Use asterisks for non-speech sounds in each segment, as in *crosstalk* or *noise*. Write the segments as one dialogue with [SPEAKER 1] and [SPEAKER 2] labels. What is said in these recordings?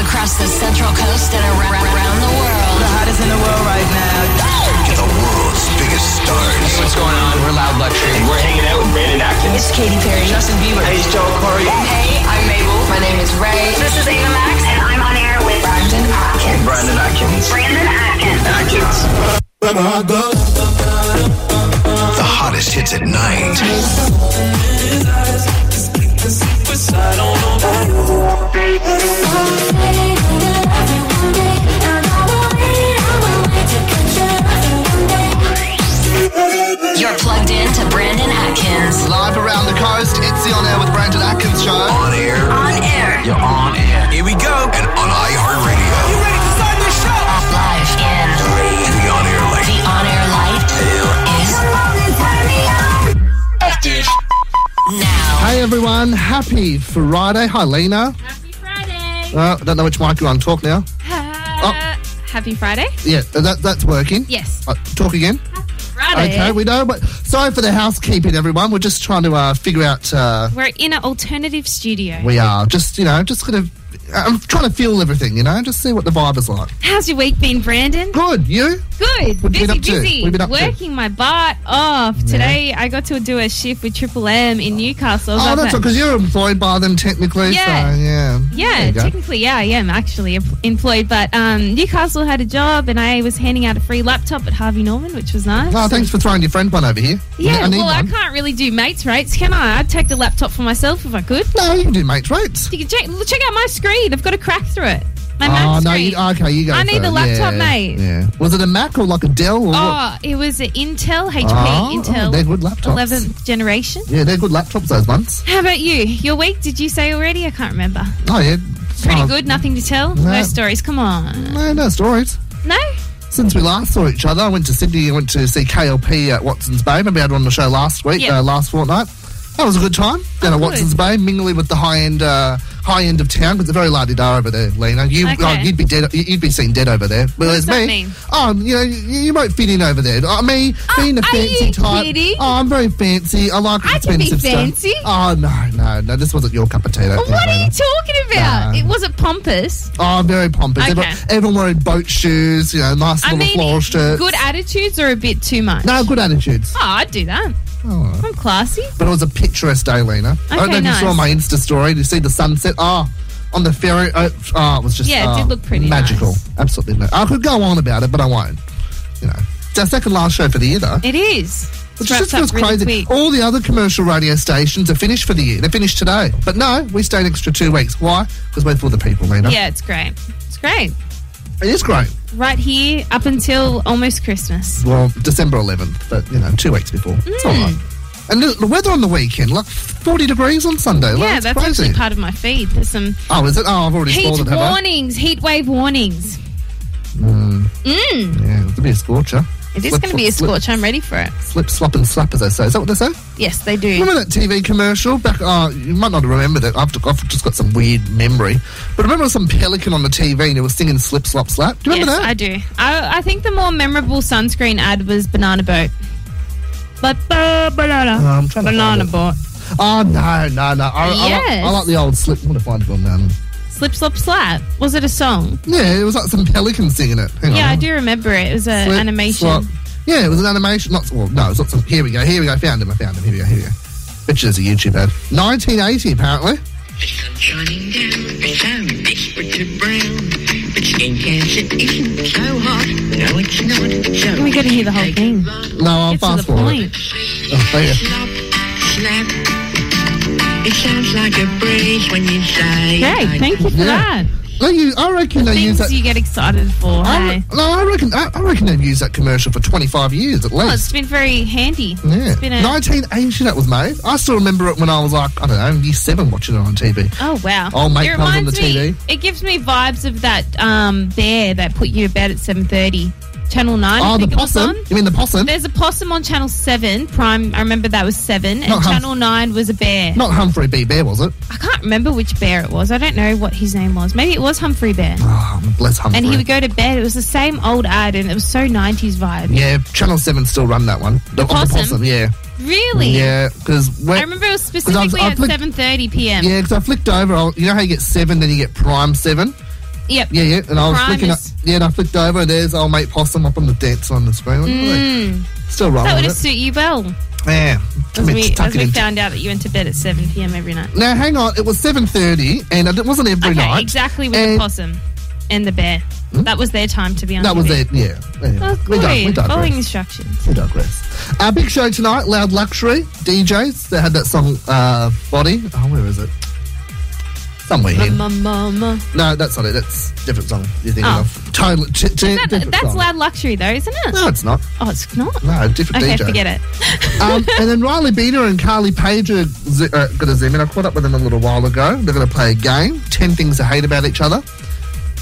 [SPEAKER 1] across the Central Coast and around, around the world.
[SPEAKER 2] The hottest in the world right now.
[SPEAKER 3] The world's biggest stars.
[SPEAKER 4] What's going on? We're Loud Luxury.
[SPEAKER 5] We're hanging out with Brandon Atkins.
[SPEAKER 6] It's Katy Perry.
[SPEAKER 7] Justin Bieber.
[SPEAKER 8] Hey, it's Joe Corey.
[SPEAKER 9] Hey, I'm Mabel.
[SPEAKER 10] My name is Ray.
[SPEAKER 11] This is Ava Max, and I'm on air with Brandon Atkins.
[SPEAKER 5] Brandon Atkins.
[SPEAKER 11] Brandon Atkins.
[SPEAKER 5] Atkins.
[SPEAKER 3] The hottest hits at night.
[SPEAKER 1] You're plugged in to Brandon Atkins.
[SPEAKER 12] Live around the coast, it's the On Air with Brandon Atkins show.
[SPEAKER 3] On air.
[SPEAKER 1] On air.
[SPEAKER 4] You're on air.
[SPEAKER 3] Here we go. And on iHeartRadio.
[SPEAKER 13] You ready to start this show?
[SPEAKER 1] Live in
[SPEAKER 3] three. The On Air light.
[SPEAKER 1] The On Air light.
[SPEAKER 3] Two.
[SPEAKER 1] Is now.
[SPEAKER 12] Hey everyone, happy Friday. Hi Lena.
[SPEAKER 14] Happy Friday.
[SPEAKER 12] Uh, I don't know which mic you're on. Talk now.
[SPEAKER 14] Uh, Happy Friday.
[SPEAKER 12] Yeah, that, that's working.
[SPEAKER 14] Yes.
[SPEAKER 12] Uh, talk again.
[SPEAKER 14] Friday.
[SPEAKER 12] Okay, we know, but sorry for the housekeeping, everyone. We're just trying to uh, figure out. Uh,
[SPEAKER 14] We're in an alternative studio.
[SPEAKER 12] we are just, you know, just gonna. I'm trying to feel everything, you know, just see what the vibe is like.
[SPEAKER 14] How's your week been, Brandon?
[SPEAKER 12] Good, you?
[SPEAKER 14] Good.
[SPEAKER 12] What have you
[SPEAKER 14] busy,
[SPEAKER 12] been up to?
[SPEAKER 14] busy.
[SPEAKER 12] What have you been up to?
[SPEAKER 14] Working my butt off. Today I got to do a shift with Triple M in Newcastle. I was
[SPEAKER 12] oh,
[SPEAKER 14] up
[SPEAKER 12] that's
[SPEAKER 14] at-
[SPEAKER 12] because you're employed by them technically.
[SPEAKER 14] Yeah.
[SPEAKER 12] So, yeah. There
[SPEAKER 14] Yeah,
[SPEAKER 12] you go.
[SPEAKER 14] technically, yeah, I am actually em- employed. But um, Newcastle had a job, and I was handing out a free laptop at Harvey Norman, which was nice.
[SPEAKER 12] Oh, thanks for throwing your friend one over here.
[SPEAKER 14] Yeah,
[SPEAKER 12] I need
[SPEAKER 14] well, I
[SPEAKER 12] one.
[SPEAKER 14] can't really do mates rates, can I? I'd take the laptop for myself if I could.
[SPEAKER 12] No, you can do mates rates.
[SPEAKER 14] You can check, look, check out my screen. I've got a crack through it. My
[SPEAKER 12] oh,
[SPEAKER 14] Mac
[SPEAKER 12] no,
[SPEAKER 14] screen.
[SPEAKER 12] you, okay, you go.
[SPEAKER 14] I need
[SPEAKER 12] for
[SPEAKER 14] the
[SPEAKER 12] it.
[SPEAKER 14] laptop,
[SPEAKER 12] yeah,
[SPEAKER 14] mate.
[SPEAKER 12] Yeah. Was it a Mac or like a Dell? Or what?
[SPEAKER 14] Oh, it was an Intel, HP,
[SPEAKER 12] Oh,
[SPEAKER 14] Intel.
[SPEAKER 12] they're good laptops.
[SPEAKER 14] 11th generation.
[SPEAKER 12] Yeah, they're good laptops, those ones.
[SPEAKER 14] How about you? Your week, did you say already? I can't remember.
[SPEAKER 12] Oh, yeah.
[SPEAKER 14] Pretty
[SPEAKER 12] Oh,
[SPEAKER 14] good, nothing to tell? No,
[SPEAKER 12] no.
[SPEAKER 14] stories, come on.
[SPEAKER 12] No, no stories.
[SPEAKER 14] No?
[SPEAKER 12] Since we last saw each other, I went to Sydney and went to see KLP at Watson's Bay. Maybe I had on the show last week,
[SPEAKER 14] Yep.
[SPEAKER 12] uh, last fortnight. That was a good time down
[SPEAKER 14] Oh,
[SPEAKER 12] at
[SPEAKER 14] good.
[SPEAKER 12] Watson's Bay, mingling with the high end, uh, high end of town. 'cause It's a very lardy dar over there, Lena. You,
[SPEAKER 14] Okay.
[SPEAKER 12] oh, you'd be dead. you- You'd be seen dead over there. But there's
[SPEAKER 14] does that
[SPEAKER 12] me.
[SPEAKER 14] mean? Oh,
[SPEAKER 12] Oh, you know, you, you won't fit in over there. Uh, me being a
[SPEAKER 14] are
[SPEAKER 12] fancy
[SPEAKER 14] you
[SPEAKER 12] type.
[SPEAKER 14] kidding?
[SPEAKER 12] Oh, I'm very fancy. I like
[SPEAKER 14] I can be
[SPEAKER 12] expensive stuff.
[SPEAKER 14] fancy.
[SPEAKER 12] Oh no, no, no. This wasn't your cup of tea. I don't
[SPEAKER 14] What
[SPEAKER 12] think,
[SPEAKER 14] are
[SPEAKER 12] Lena.
[SPEAKER 14] you talking about?
[SPEAKER 12] Nah.
[SPEAKER 14] It wasn't pompous.
[SPEAKER 12] Oh, very pompous.
[SPEAKER 14] Okay.
[SPEAKER 12] Everyone, everyone wearing boat shoes, you know, nice
[SPEAKER 14] I
[SPEAKER 12] little
[SPEAKER 14] mean,
[SPEAKER 12] floral shirts.
[SPEAKER 14] good attitudes are a bit too much.
[SPEAKER 12] no, good attitudes.
[SPEAKER 14] Oh, I'd do that.
[SPEAKER 12] Oh.
[SPEAKER 14] I'm classy.
[SPEAKER 12] But it was a picturesque day, Lena. I don't
[SPEAKER 14] Okay,
[SPEAKER 12] know if
[SPEAKER 14] nice.
[SPEAKER 12] you saw my Insta story. Did you see the sunset? Oh, on the ferry. Oh, f- oh, it was just
[SPEAKER 14] Yeah, it did
[SPEAKER 12] oh,
[SPEAKER 14] look pretty
[SPEAKER 12] magical.
[SPEAKER 14] nice.
[SPEAKER 12] Absolutely. No. I could go on about it, but I won't. You know, it's our second last show for the year, though.
[SPEAKER 14] It is. This
[SPEAKER 12] Which
[SPEAKER 14] wraps
[SPEAKER 12] just
[SPEAKER 14] up
[SPEAKER 12] feels
[SPEAKER 14] really
[SPEAKER 12] crazy.
[SPEAKER 14] quick.
[SPEAKER 12] All the other commercial radio stations are finished for the year. They're finished today. But no, we stay an extra two weeks. Why? Because we're for the people, Lena.
[SPEAKER 14] Yeah, it's great. It's great.
[SPEAKER 12] It is great.
[SPEAKER 14] Right here up until almost Christmas.
[SPEAKER 12] Well, December 11th, but you know, two weeks before. It's
[SPEAKER 14] Hmm.
[SPEAKER 12] all right. And the, the weather on the weekend, like 40 degrees on Sunday. like,
[SPEAKER 14] yeah,
[SPEAKER 12] it's
[SPEAKER 14] that's
[SPEAKER 12] crazy.
[SPEAKER 14] actually part of my feed. There's some
[SPEAKER 12] Oh, is it? Oh, I've already
[SPEAKER 14] heat
[SPEAKER 12] spoiled it, have I?
[SPEAKER 14] warnings, heat wave warnings.
[SPEAKER 12] Mm.
[SPEAKER 14] Mm.
[SPEAKER 12] Yeah, it'll be a scorcher.
[SPEAKER 14] It is
[SPEAKER 12] Slip,
[SPEAKER 14] going to be a
[SPEAKER 12] slip,
[SPEAKER 14] scorch. I'm ready for it.
[SPEAKER 12] Slip, slip, slap, and slap, as they say. Is that what they say?
[SPEAKER 14] Yes, they do.
[SPEAKER 12] Remember that TV commercial back? Oh, you might not remember that. I've, I've just got some weird memory. But remember some pelican on the TV and it was singing slip, slop, slap? Do you
[SPEAKER 14] Yes,
[SPEAKER 12] remember
[SPEAKER 14] I
[SPEAKER 12] that?
[SPEAKER 14] do. I, I think the more memorable sunscreen ad was Banana Boat. But ba- banana,
[SPEAKER 12] Oh, I'm trying to
[SPEAKER 14] banana
[SPEAKER 12] find it.
[SPEAKER 14] boat,
[SPEAKER 12] oh, no, no, no. I, I, like,
[SPEAKER 14] Yes.
[SPEAKER 12] I like the old slip. I'm going to find it on now.
[SPEAKER 14] slip, slop, slap. Was it a song?
[SPEAKER 12] Yeah, it was like some pelican singing it. Hang
[SPEAKER 14] Yeah,
[SPEAKER 12] on.
[SPEAKER 14] I do remember it. It was an
[SPEAKER 12] Flip,
[SPEAKER 14] animation.
[SPEAKER 12] flop. Yeah, it was an animation. Not well, no, it's not. Some, here we go. Here we go. Found him. I found him. Here we go. Here we go. Which is a YouTube ad. 1980, apparently.
[SPEAKER 15] Sun shining down, the sun is pretty brown. But skin cancer isn't so hot. No, it's not. So
[SPEAKER 14] We got to hear the whole
[SPEAKER 15] take
[SPEAKER 14] thing.
[SPEAKER 15] a
[SPEAKER 12] No, I'll
[SPEAKER 14] Get to the
[SPEAKER 12] fast forward.
[SPEAKER 14] point.
[SPEAKER 12] Oh, there.
[SPEAKER 15] Slap, slap. It sounds like a breeze when you say.
[SPEAKER 14] Great,
[SPEAKER 15] I
[SPEAKER 14] thank you for
[SPEAKER 12] Yeah.
[SPEAKER 14] that.
[SPEAKER 12] They use, I reckon they use that.
[SPEAKER 14] Things you get excited for.
[SPEAKER 12] I
[SPEAKER 14] Hey?
[SPEAKER 12] re- no, I reckon. I, I reckon they've used that commercial for 25 years at
[SPEAKER 14] Well, it's
[SPEAKER 12] least.
[SPEAKER 14] been very handy.
[SPEAKER 12] yeah,
[SPEAKER 14] It's been a,
[SPEAKER 12] 1980 that was made. I still remember it when I was like I don't know, year seven, watching it on TV.
[SPEAKER 14] oh wow!
[SPEAKER 12] Oh, mate,
[SPEAKER 14] it
[SPEAKER 12] comes on the
[SPEAKER 14] reminds me.
[SPEAKER 12] TV.
[SPEAKER 14] It gives me vibes of that um bear that put you to bed at seven thirty, Channel Nine. I
[SPEAKER 12] oh, the
[SPEAKER 14] think it was
[SPEAKER 12] possum.
[SPEAKER 14] on.
[SPEAKER 12] You mean the possum?
[SPEAKER 14] There's a possum on Channel 7, Prime. I remember that was 7. And
[SPEAKER 12] Not Humph-
[SPEAKER 14] Channel 9 was a bear.
[SPEAKER 12] Not Humphrey B. Bear, was it?
[SPEAKER 14] I can't remember which bear it was. I don't know what his name was. Maybe it was Humphrey Bear.
[SPEAKER 12] Oh, bless Humphrey.
[SPEAKER 14] And he would go to bed. It was the same old ad, and it was so 90s vibe.
[SPEAKER 12] Yeah, Channel Seven still run that one. The, on the
[SPEAKER 14] possum?
[SPEAKER 12] possum. Yeah,
[SPEAKER 14] Really?
[SPEAKER 12] yeah. Because
[SPEAKER 14] I remember
[SPEAKER 12] I
[SPEAKER 14] it was
[SPEAKER 12] was-
[SPEAKER 14] specifically
[SPEAKER 12] I
[SPEAKER 14] at
[SPEAKER 12] flicked-
[SPEAKER 14] 7.30 p.m.
[SPEAKER 12] Yeah, because I flicked over. I'll, you know how you get seven, then you get prime seven.
[SPEAKER 14] Yep.
[SPEAKER 12] Yeah, yeah. And I was
[SPEAKER 14] Crime
[SPEAKER 12] flicking up,
[SPEAKER 14] is-
[SPEAKER 12] yeah, and I flicked over, and there's old mate Possum up on the dance on the screen. Like, really? Still rolling
[SPEAKER 14] Hmm. That would have
[SPEAKER 12] with it.
[SPEAKER 14] suit you well.
[SPEAKER 12] Yeah. I
[SPEAKER 14] As
[SPEAKER 12] meant
[SPEAKER 14] we,
[SPEAKER 12] to tuck
[SPEAKER 14] as
[SPEAKER 12] it
[SPEAKER 14] we
[SPEAKER 12] in.
[SPEAKER 14] found out that you went to bed at 7 p.m. every night.
[SPEAKER 12] Now, hang on. It was 7.30, and it wasn't every
[SPEAKER 14] Okay,
[SPEAKER 12] night.
[SPEAKER 14] exactly with the
[SPEAKER 12] And Hmm?
[SPEAKER 14] possum and the bear. That was their time to be on.
[SPEAKER 12] That was it, yeah. Anyway,
[SPEAKER 14] Oh,
[SPEAKER 12] we, dig- we
[SPEAKER 14] good. Following
[SPEAKER 12] digress.
[SPEAKER 14] instructions.
[SPEAKER 12] We digress. Our big show tonight, Loud Luxury, DJs. They had that song, uh, Body. Oh, where is it? Somewhere here.
[SPEAKER 14] Mama, mama.
[SPEAKER 12] No, that's not it. That's a different song you're thinking
[SPEAKER 14] Oh.
[SPEAKER 12] of. Totally. T- t-
[SPEAKER 14] That-
[SPEAKER 12] different
[SPEAKER 14] that's
[SPEAKER 12] song.
[SPEAKER 14] loud luxury, though, isn't it?
[SPEAKER 12] No, it's not.
[SPEAKER 14] Oh, it's not.
[SPEAKER 12] No, different
[SPEAKER 14] okay,
[SPEAKER 12] DJ. *laughs*
[SPEAKER 14] forget it.
[SPEAKER 12] Um, and then Riley Beater and Carly Page are z- uh, going to zoom in. I caught up with them a little while ago. They're going to play a game 10 things to hate about each other.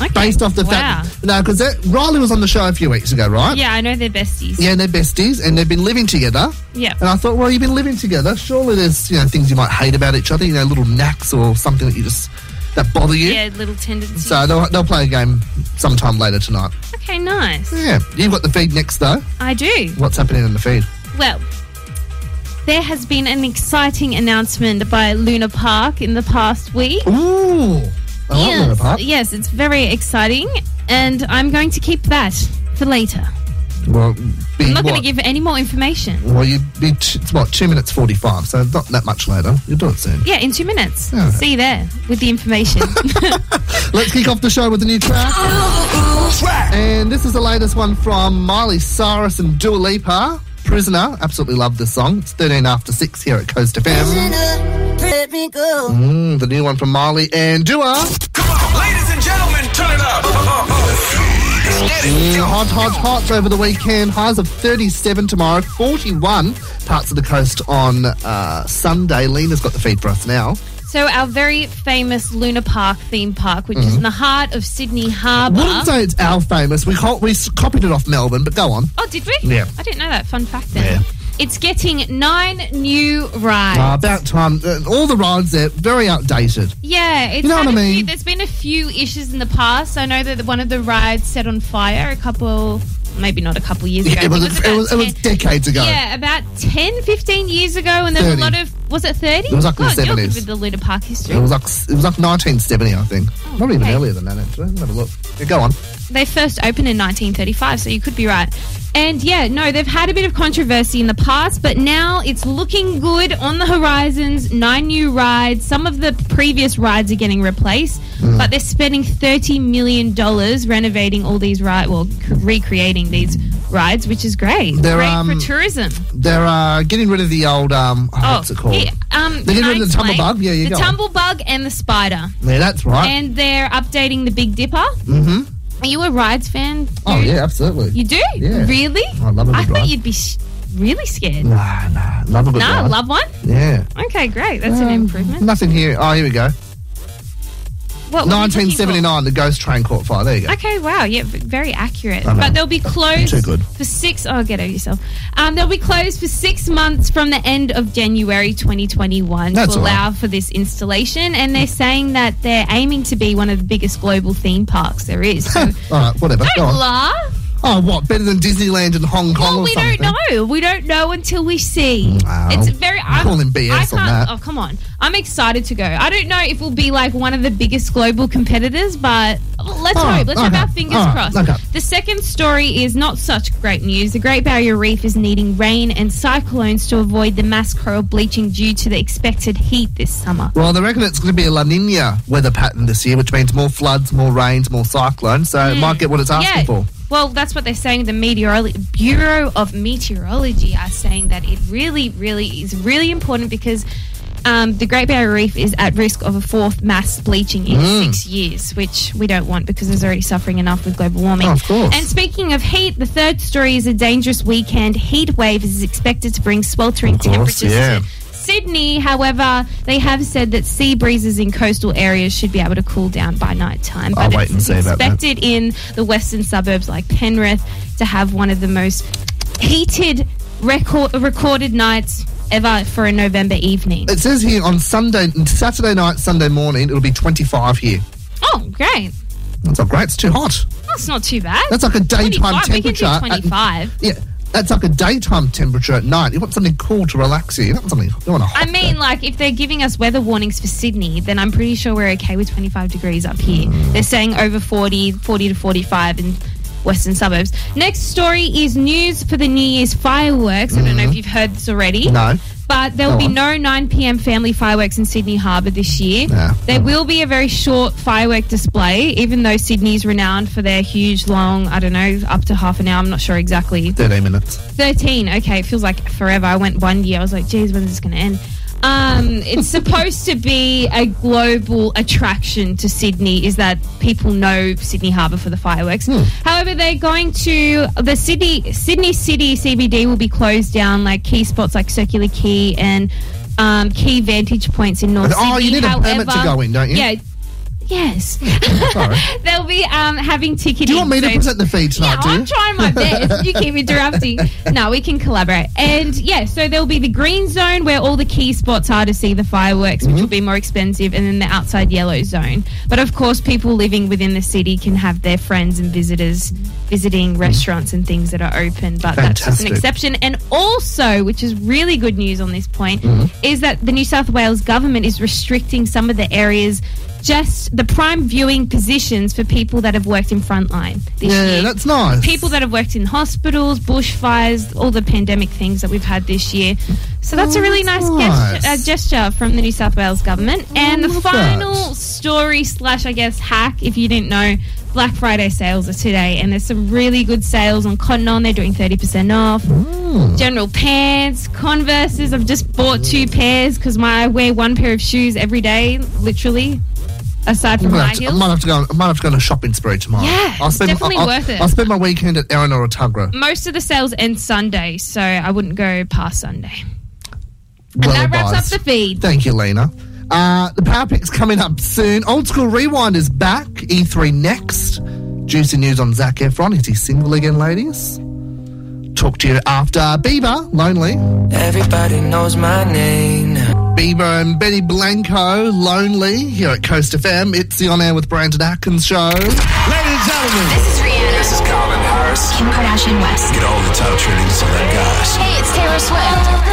[SPEAKER 14] Okay.
[SPEAKER 12] Based off the
[SPEAKER 14] wow.
[SPEAKER 12] fact. No, because Riley was on the show a few weeks ago, right?
[SPEAKER 14] Yeah, I know they're besties.
[SPEAKER 12] Yeah, and they're besties, and they've been living together.
[SPEAKER 14] Yeah.
[SPEAKER 12] And I thought, well, you've been living together. Surely there's you know things you might hate about each other, you know, little knacks or something that you just that bother you.
[SPEAKER 14] Yeah, little tendencies.
[SPEAKER 12] So they'll, they'll play a game sometime later tonight.
[SPEAKER 14] okay, nice.
[SPEAKER 12] Yeah, you've got the feed next though.
[SPEAKER 14] I do.
[SPEAKER 12] What's happening in the feed?
[SPEAKER 14] Well, there has been an exciting announcement by Luna Park in the past week.
[SPEAKER 12] Ooh, I like Luna Park.
[SPEAKER 14] yes, it's very exciting, and I'm going to keep that for later.
[SPEAKER 12] Well, be
[SPEAKER 14] I'm not going
[SPEAKER 12] what?
[SPEAKER 14] to give any more information.
[SPEAKER 12] Well, you be t- it's what two minutes forty five, so not that much later. You'll do it soon.
[SPEAKER 14] Yeah, in two minutes.
[SPEAKER 12] All right.
[SPEAKER 14] See you there with the
[SPEAKER 12] *laughs*
[SPEAKER 14] information. *laughs*
[SPEAKER 12] Let's kick off the show with a new track. And this is the latest one from Miley Cyrus and Dua Lipa. Prisoner. Absolutely love this song. It's 13 after 6 here at Coast FM.
[SPEAKER 2] Let me go.
[SPEAKER 12] Mm, the new one from Miley and Dua.
[SPEAKER 3] Ladies and gentlemen, turn it up.
[SPEAKER 12] Yeah, hot, hot, hot over the weekend. Highs of 37 tomorrow, 41 parts of the coast on uh, Sunday. Lena's got the feed for us now.
[SPEAKER 14] so, our very famous Luna Park theme park, which
[SPEAKER 12] Mm-hmm.
[SPEAKER 14] is in the heart of Sydney
[SPEAKER 12] Wouldn't
[SPEAKER 14] Harbour.
[SPEAKER 12] say it's our famous. We, co- we s- copied it off Melbourne, but go on.
[SPEAKER 14] Oh, did we?
[SPEAKER 12] Yeah.
[SPEAKER 14] I didn't know that. Fun fact then.
[SPEAKER 12] Yeah.
[SPEAKER 14] It's getting nine new rides.
[SPEAKER 12] Uh, about time. Uh, all the rides there, very outdated.
[SPEAKER 14] Yeah, it's
[SPEAKER 12] You know
[SPEAKER 14] had
[SPEAKER 12] what I
[SPEAKER 14] a few-
[SPEAKER 12] mean?
[SPEAKER 14] there's been a few issues in the past. I know that one of the rides set on fire a couple, maybe not a couple years ago. I
[SPEAKER 12] It
[SPEAKER 14] think
[SPEAKER 12] was,
[SPEAKER 14] about
[SPEAKER 12] it, was, it was
[SPEAKER 14] 10
[SPEAKER 12] decades ago.
[SPEAKER 14] Yeah, about 10, 15 years ago, and there was a
[SPEAKER 12] 30.
[SPEAKER 14] lot of. Was it 30?
[SPEAKER 12] It was like in the
[SPEAKER 14] God, you're good
[SPEAKER 12] 70s.
[SPEAKER 14] with the Luna Park history.
[SPEAKER 12] It was like it was like 1970, I think. Probably even
[SPEAKER 14] okay.
[SPEAKER 12] earlier than that. Actually, Let me have a look. Yeah, go on.
[SPEAKER 14] they first opened in 1935, so you could be right. And yeah, no, they've had a bit of controversy in the past, but now it's looking good on the horizons. Nine new rides. Some of the previous rides are getting replaced,
[SPEAKER 12] Mm.
[SPEAKER 14] but they're spending $30 million renovating all these rides, well, c- recreating these rides, which is great.
[SPEAKER 12] They're,
[SPEAKER 14] great
[SPEAKER 12] um,
[SPEAKER 14] for tourism.
[SPEAKER 12] They're uh, getting rid of the old um. Oh, what's it called?
[SPEAKER 14] here, um,
[SPEAKER 12] They're
[SPEAKER 14] can
[SPEAKER 12] getting
[SPEAKER 14] I
[SPEAKER 12] rid of the
[SPEAKER 14] explain?
[SPEAKER 12] tumblebug? Yeah, you
[SPEAKER 14] The
[SPEAKER 12] go on. Uh,
[SPEAKER 14] tumblebug and the spider.
[SPEAKER 12] Yeah, that's right.
[SPEAKER 14] And they're updating the Big Dipper. Mm-hmm. Are you a rides fan?
[SPEAKER 12] oh
[SPEAKER 14] dude?
[SPEAKER 12] yeah, absolutely.
[SPEAKER 14] You do?
[SPEAKER 12] Yeah.
[SPEAKER 14] Really?
[SPEAKER 12] I love a
[SPEAKER 14] I
[SPEAKER 12] good
[SPEAKER 14] thought
[SPEAKER 12] ride.
[SPEAKER 14] you'd be sh- really scared. No,
[SPEAKER 12] nah, nah, love a good ride.
[SPEAKER 14] love one?
[SPEAKER 12] Yeah.
[SPEAKER 14] Okay, great. That's an
[SPEAKER 12] Um,
[SPEAKER 14] improvement.
[SPEAKER 12] Nothing here. Oh, here we go.
[SPEAKER 14] What were you looking for?
[SPEAKER 12] 1979, the ghost train caught fire. There you go.
[SPEAKER 14] Okay, wow. Yeah, v- very accurate.
[SPEAKER 12] know.
[SPEAKER 14] But they'll be closed
[SPEAKER 12] Too good.
[SPEAKER 14] for six. Oh, get over yourself. Um, they'll be closed for six months from the end of January 2021
[SPEAKER 12] That's
[SPEAKER 14] to
[SPEAKER 12] all right.
[SPEAKER 14] allow for this installation. And they're saying that they're aiming to be one of the biggest global theme parks there is. So
[SPEAKER 12] All right, whatever. *laughs* Go
[SPEAKER 14] don't
[SPEAKER 12] on.
[SPEAKER 14] laugh.
[SPEAKER 12] Oh, what? Better than Disneyland in Hong Kong
[SPEAKER 14] Well,
[SPEAKER 12] or
[SPEAKER 14] we
[SPEAKER 12] something?
[SPEAKER 14] don't know. We don't know until we see.
[SPEAKER 12] Wow.
[SPEAKER 14] It's very. I'm,
[SPEAKER 12] Calling BS
[SPEAKER 14] I
[SPEAKER 12] on
[SPEAKER 14] can't,
[SPEAKER 12] that.
[SPEAKER 14] Oh, come on. I'm excited to go. I don't know if we'll be like one of the biggest global competitors, but let's
[SPEAKER 12] Oh,
[SPEAKER 14] hope. Let's have
[SPEAKER 12] okay.
[SPEAKER 14] our fingers
[SPEAKER 12] All right,
[SPEAKER 14] crossed.
[SPEAKER 12] okay.
[SPEAKER 14] The second story is not such great news. The Great Barrier Reef is needing rain and cyclones to avoid the mass coral bleaching due to the expected heat this summer.
[SPEAKER 12] Well, they reckon it's going to be a La Nina weather pattern this year, which means more floods, more rains, more cyclones. So it might
[SPEAKER 14] Mm.
[SPEAKER 12] get what it's asking for.
[SPEAKER 14] Well, that's what they're saying. The Meteorolo- Bureau of Meteorology are saying that it really, really is really important because um, the Great Barrier Reef is at risk of a fourth mass bleaching in
[SPEAKER 12] Mm.
[SPEAKER 14] six years, which we don't want because there's already suffering enough with global warming.
[SPEAKER 12] Oh, of course.
[SPEAKER 14] And speaking of heat, the third story is a dangerous weekend. Heat wave is expected to bring sweltering
[SPEAKER 12] course,
[SPEAKER 14] temperatures
[SPEAKER 12] yeah.
[SPEAKER 14] to Sydney, however, they have said that sea breezes in coastal areas should be able to cool down by night time.
[SPEAKER 12] I'll wait and see about that.
[SPEAKER 14] expected in the western suburbs like Penrith to have one of the most heated record- recorded nights ever for a November evening.
[SPEAKER 12] It says here on Sunday, Saturday night, Sunday morning, it'll be 25 here.
[SPEAKER 14] Oh, great.
[SPEAKER 12] That's not great. It's too hot.
[SPEAKER 14] That's not too bad.
[SPEAKER 12] That's like a daytime
[SPEAKER 14] 25. We can do
[SPEAKER 12] temperature. Uh, at-
[SPEAKER 14] 25.
[SPEAKER 12] yeah. That's like a daytime temperature at night. You want something cool to relax you. You don't want something. You want a hot
[SPEAKER 14] I mean, like, if they're giving us weather warnings for Sydney, then I'm pretty sure we're okay with 25 degrees up here. They're saying over 40, 40 to 45 in western suburbs. Next story is news for the New Year's fireworks. I don't
[SPEAKER 12] Mm-hmm.
[SPEAKER 14] know if you've heard this already.
[SPEAKER 12] No.
[SPEAKER 14] But there will
[SPEAKER 12] Go
[SPEAKER 14] be
[SPEAKER 12] on.
[SPEAKER 14] no 9 p.m. family fireworks in Sydney Harbour this year.
[SPEAKER 12] Yeah.
[SPEAKER 14] There will be a very short firework display, even though Sydney's renowned for their huge, long, I don't know, up to half an hour, I'm not sure exactly.
[SPEAKER 12] 13 minutes.
[SPEAKER 14] 13. Okay, it feels like forever. I went one year. I was like, geez, when's this going to end? Um, it's supposed to be a global attraction to Sydney, is that people know Sydney Harbour for the fireworks.
[SPEAKER 12] Hmm.
[SPEAKER 14] However, they're going to the Sydney Sydney City CBD will be closed down, like key spots like Circular Quay and um, key vantage points in North Sydney.
[SPEAKER 12] Oh, you need a permit to
[SPEAKER 14] However-
[SPEAKER 12] go in, don't you?
[SPEAKER 14] Yeah. Yes. *laughs*
[SPEAKER 12] Sorry.
[SPEAKER 14] They'll be um, having ticketing.
[SPEAKER 12] Do you
[SPEAKER 14] *laughs*
[SPEAKER 12] want me to
[SPEAKER 14] so-
[SPEAKER 12] present the feed
[SPEAKER 14] yeah,
[SPEAKER 12] tonight, do
[SPEAKER 14] I'm
[SPEAKER 12] you? *laughs*
[SPEAKER 14] trying my best. You keep interrupting. No, we can collaborate. And yeah, so there'll be the green zone where all the key spots are to see the fireworks,
[SPEAKER 12] Mm-hmm.
[SPEAKER 14] which will be more expensive, and then the outside yellow zone. But of course, people living within the city can have their friends and visitors visiting restaurants and things that are open, but that's just
[SPEAKER 12] Mm-hmm.
[SPEAKER 14] an
[SPEAKER 12] Fantastic.
[SPEAKER 14] exception. And also, which is really good news on this point,
[SPEAKER 12] Mm-hmm.
[SPEAKER 14] is that the New South Wales government is restricting some of the areas. Just the prime viewing positions for people that have worked in frontline this
[SPEAKER 12] Yeah,
[SPEAKER 14] year
[SPEAKER 12] that's nice.
[SPEAKER 14] people that have worked in hospitals, bushfires, all the pandemic things that we've had this year. So that's a really nice,
[SPEAKER 12] Oh, that's
[SPEAKER 14] gest-
[SPEAKER 12] nice.
[SPEAKER 14] uh, gesture from the New South Wales government. and the
[SPEAKER 12] love
[SPEAKER 14] final
[SPEAKER 12] that.
[SPEAKER 14] story slash, I guess, hack. If you didn't know, Black Friday sales are today, and there's some really good sales on Cotton On. They're doing thirty percent off. General pants, Converse's. I've just bought two pairs because my I wear one pair of shoes every day, literally. Aside
[SPEAKER 12] I'm
[SPEAKER 14] from
[SPEAKER 12] gonna
[SPEAKER 14] high
[SPEAKER 12] have to- I
[SPEAKER 14] heels.
[SPEAKER 12] might have to go. I might have to go on a shopping spree tomorrow.
[SPEAKER 14] Yeah, it's definitely
[SPEAKER 12] I'll,
[SPEAKER 14] worth it.
[SPEAKER 12] I'll spend my weekend at Erin or Otago.
[SPEAKER 14] most of the sales end Sunday, so I wouldn't go past Sunday. And
[SPEAKER 12] Well
[SPEAKER 14] that wraps
[SPEAKER 12] advised.
[SPEAKER 14] up the feed.
[SPEAKER 12] Thank you, Lena. Uh, the Power Pick's coming up soon. Old School Rewind is back. E3 next. Juicy news on Zach Efron. Is he single again, ladies? Talk to you after Bieber, Lonely.
[SPEAKER 4] Everybody knows my name now.
[SPEAKER 12] Bieber and Betty Blanco, Lonely, here at Coast FM. It's the On Air with Brandon Atkins show.
[SPEAKER 3] Ladies and gentlemen,
[SPEAKER 11] This is Rihanna.
[SPEAKER 5] This is Colin Harris.
[SPEAKER 11] Kim Kardashian West.
[SPEAKER 5] Get all the top trending Southern guys
[SPEAKER 11] Hey, it's Taylor Swift.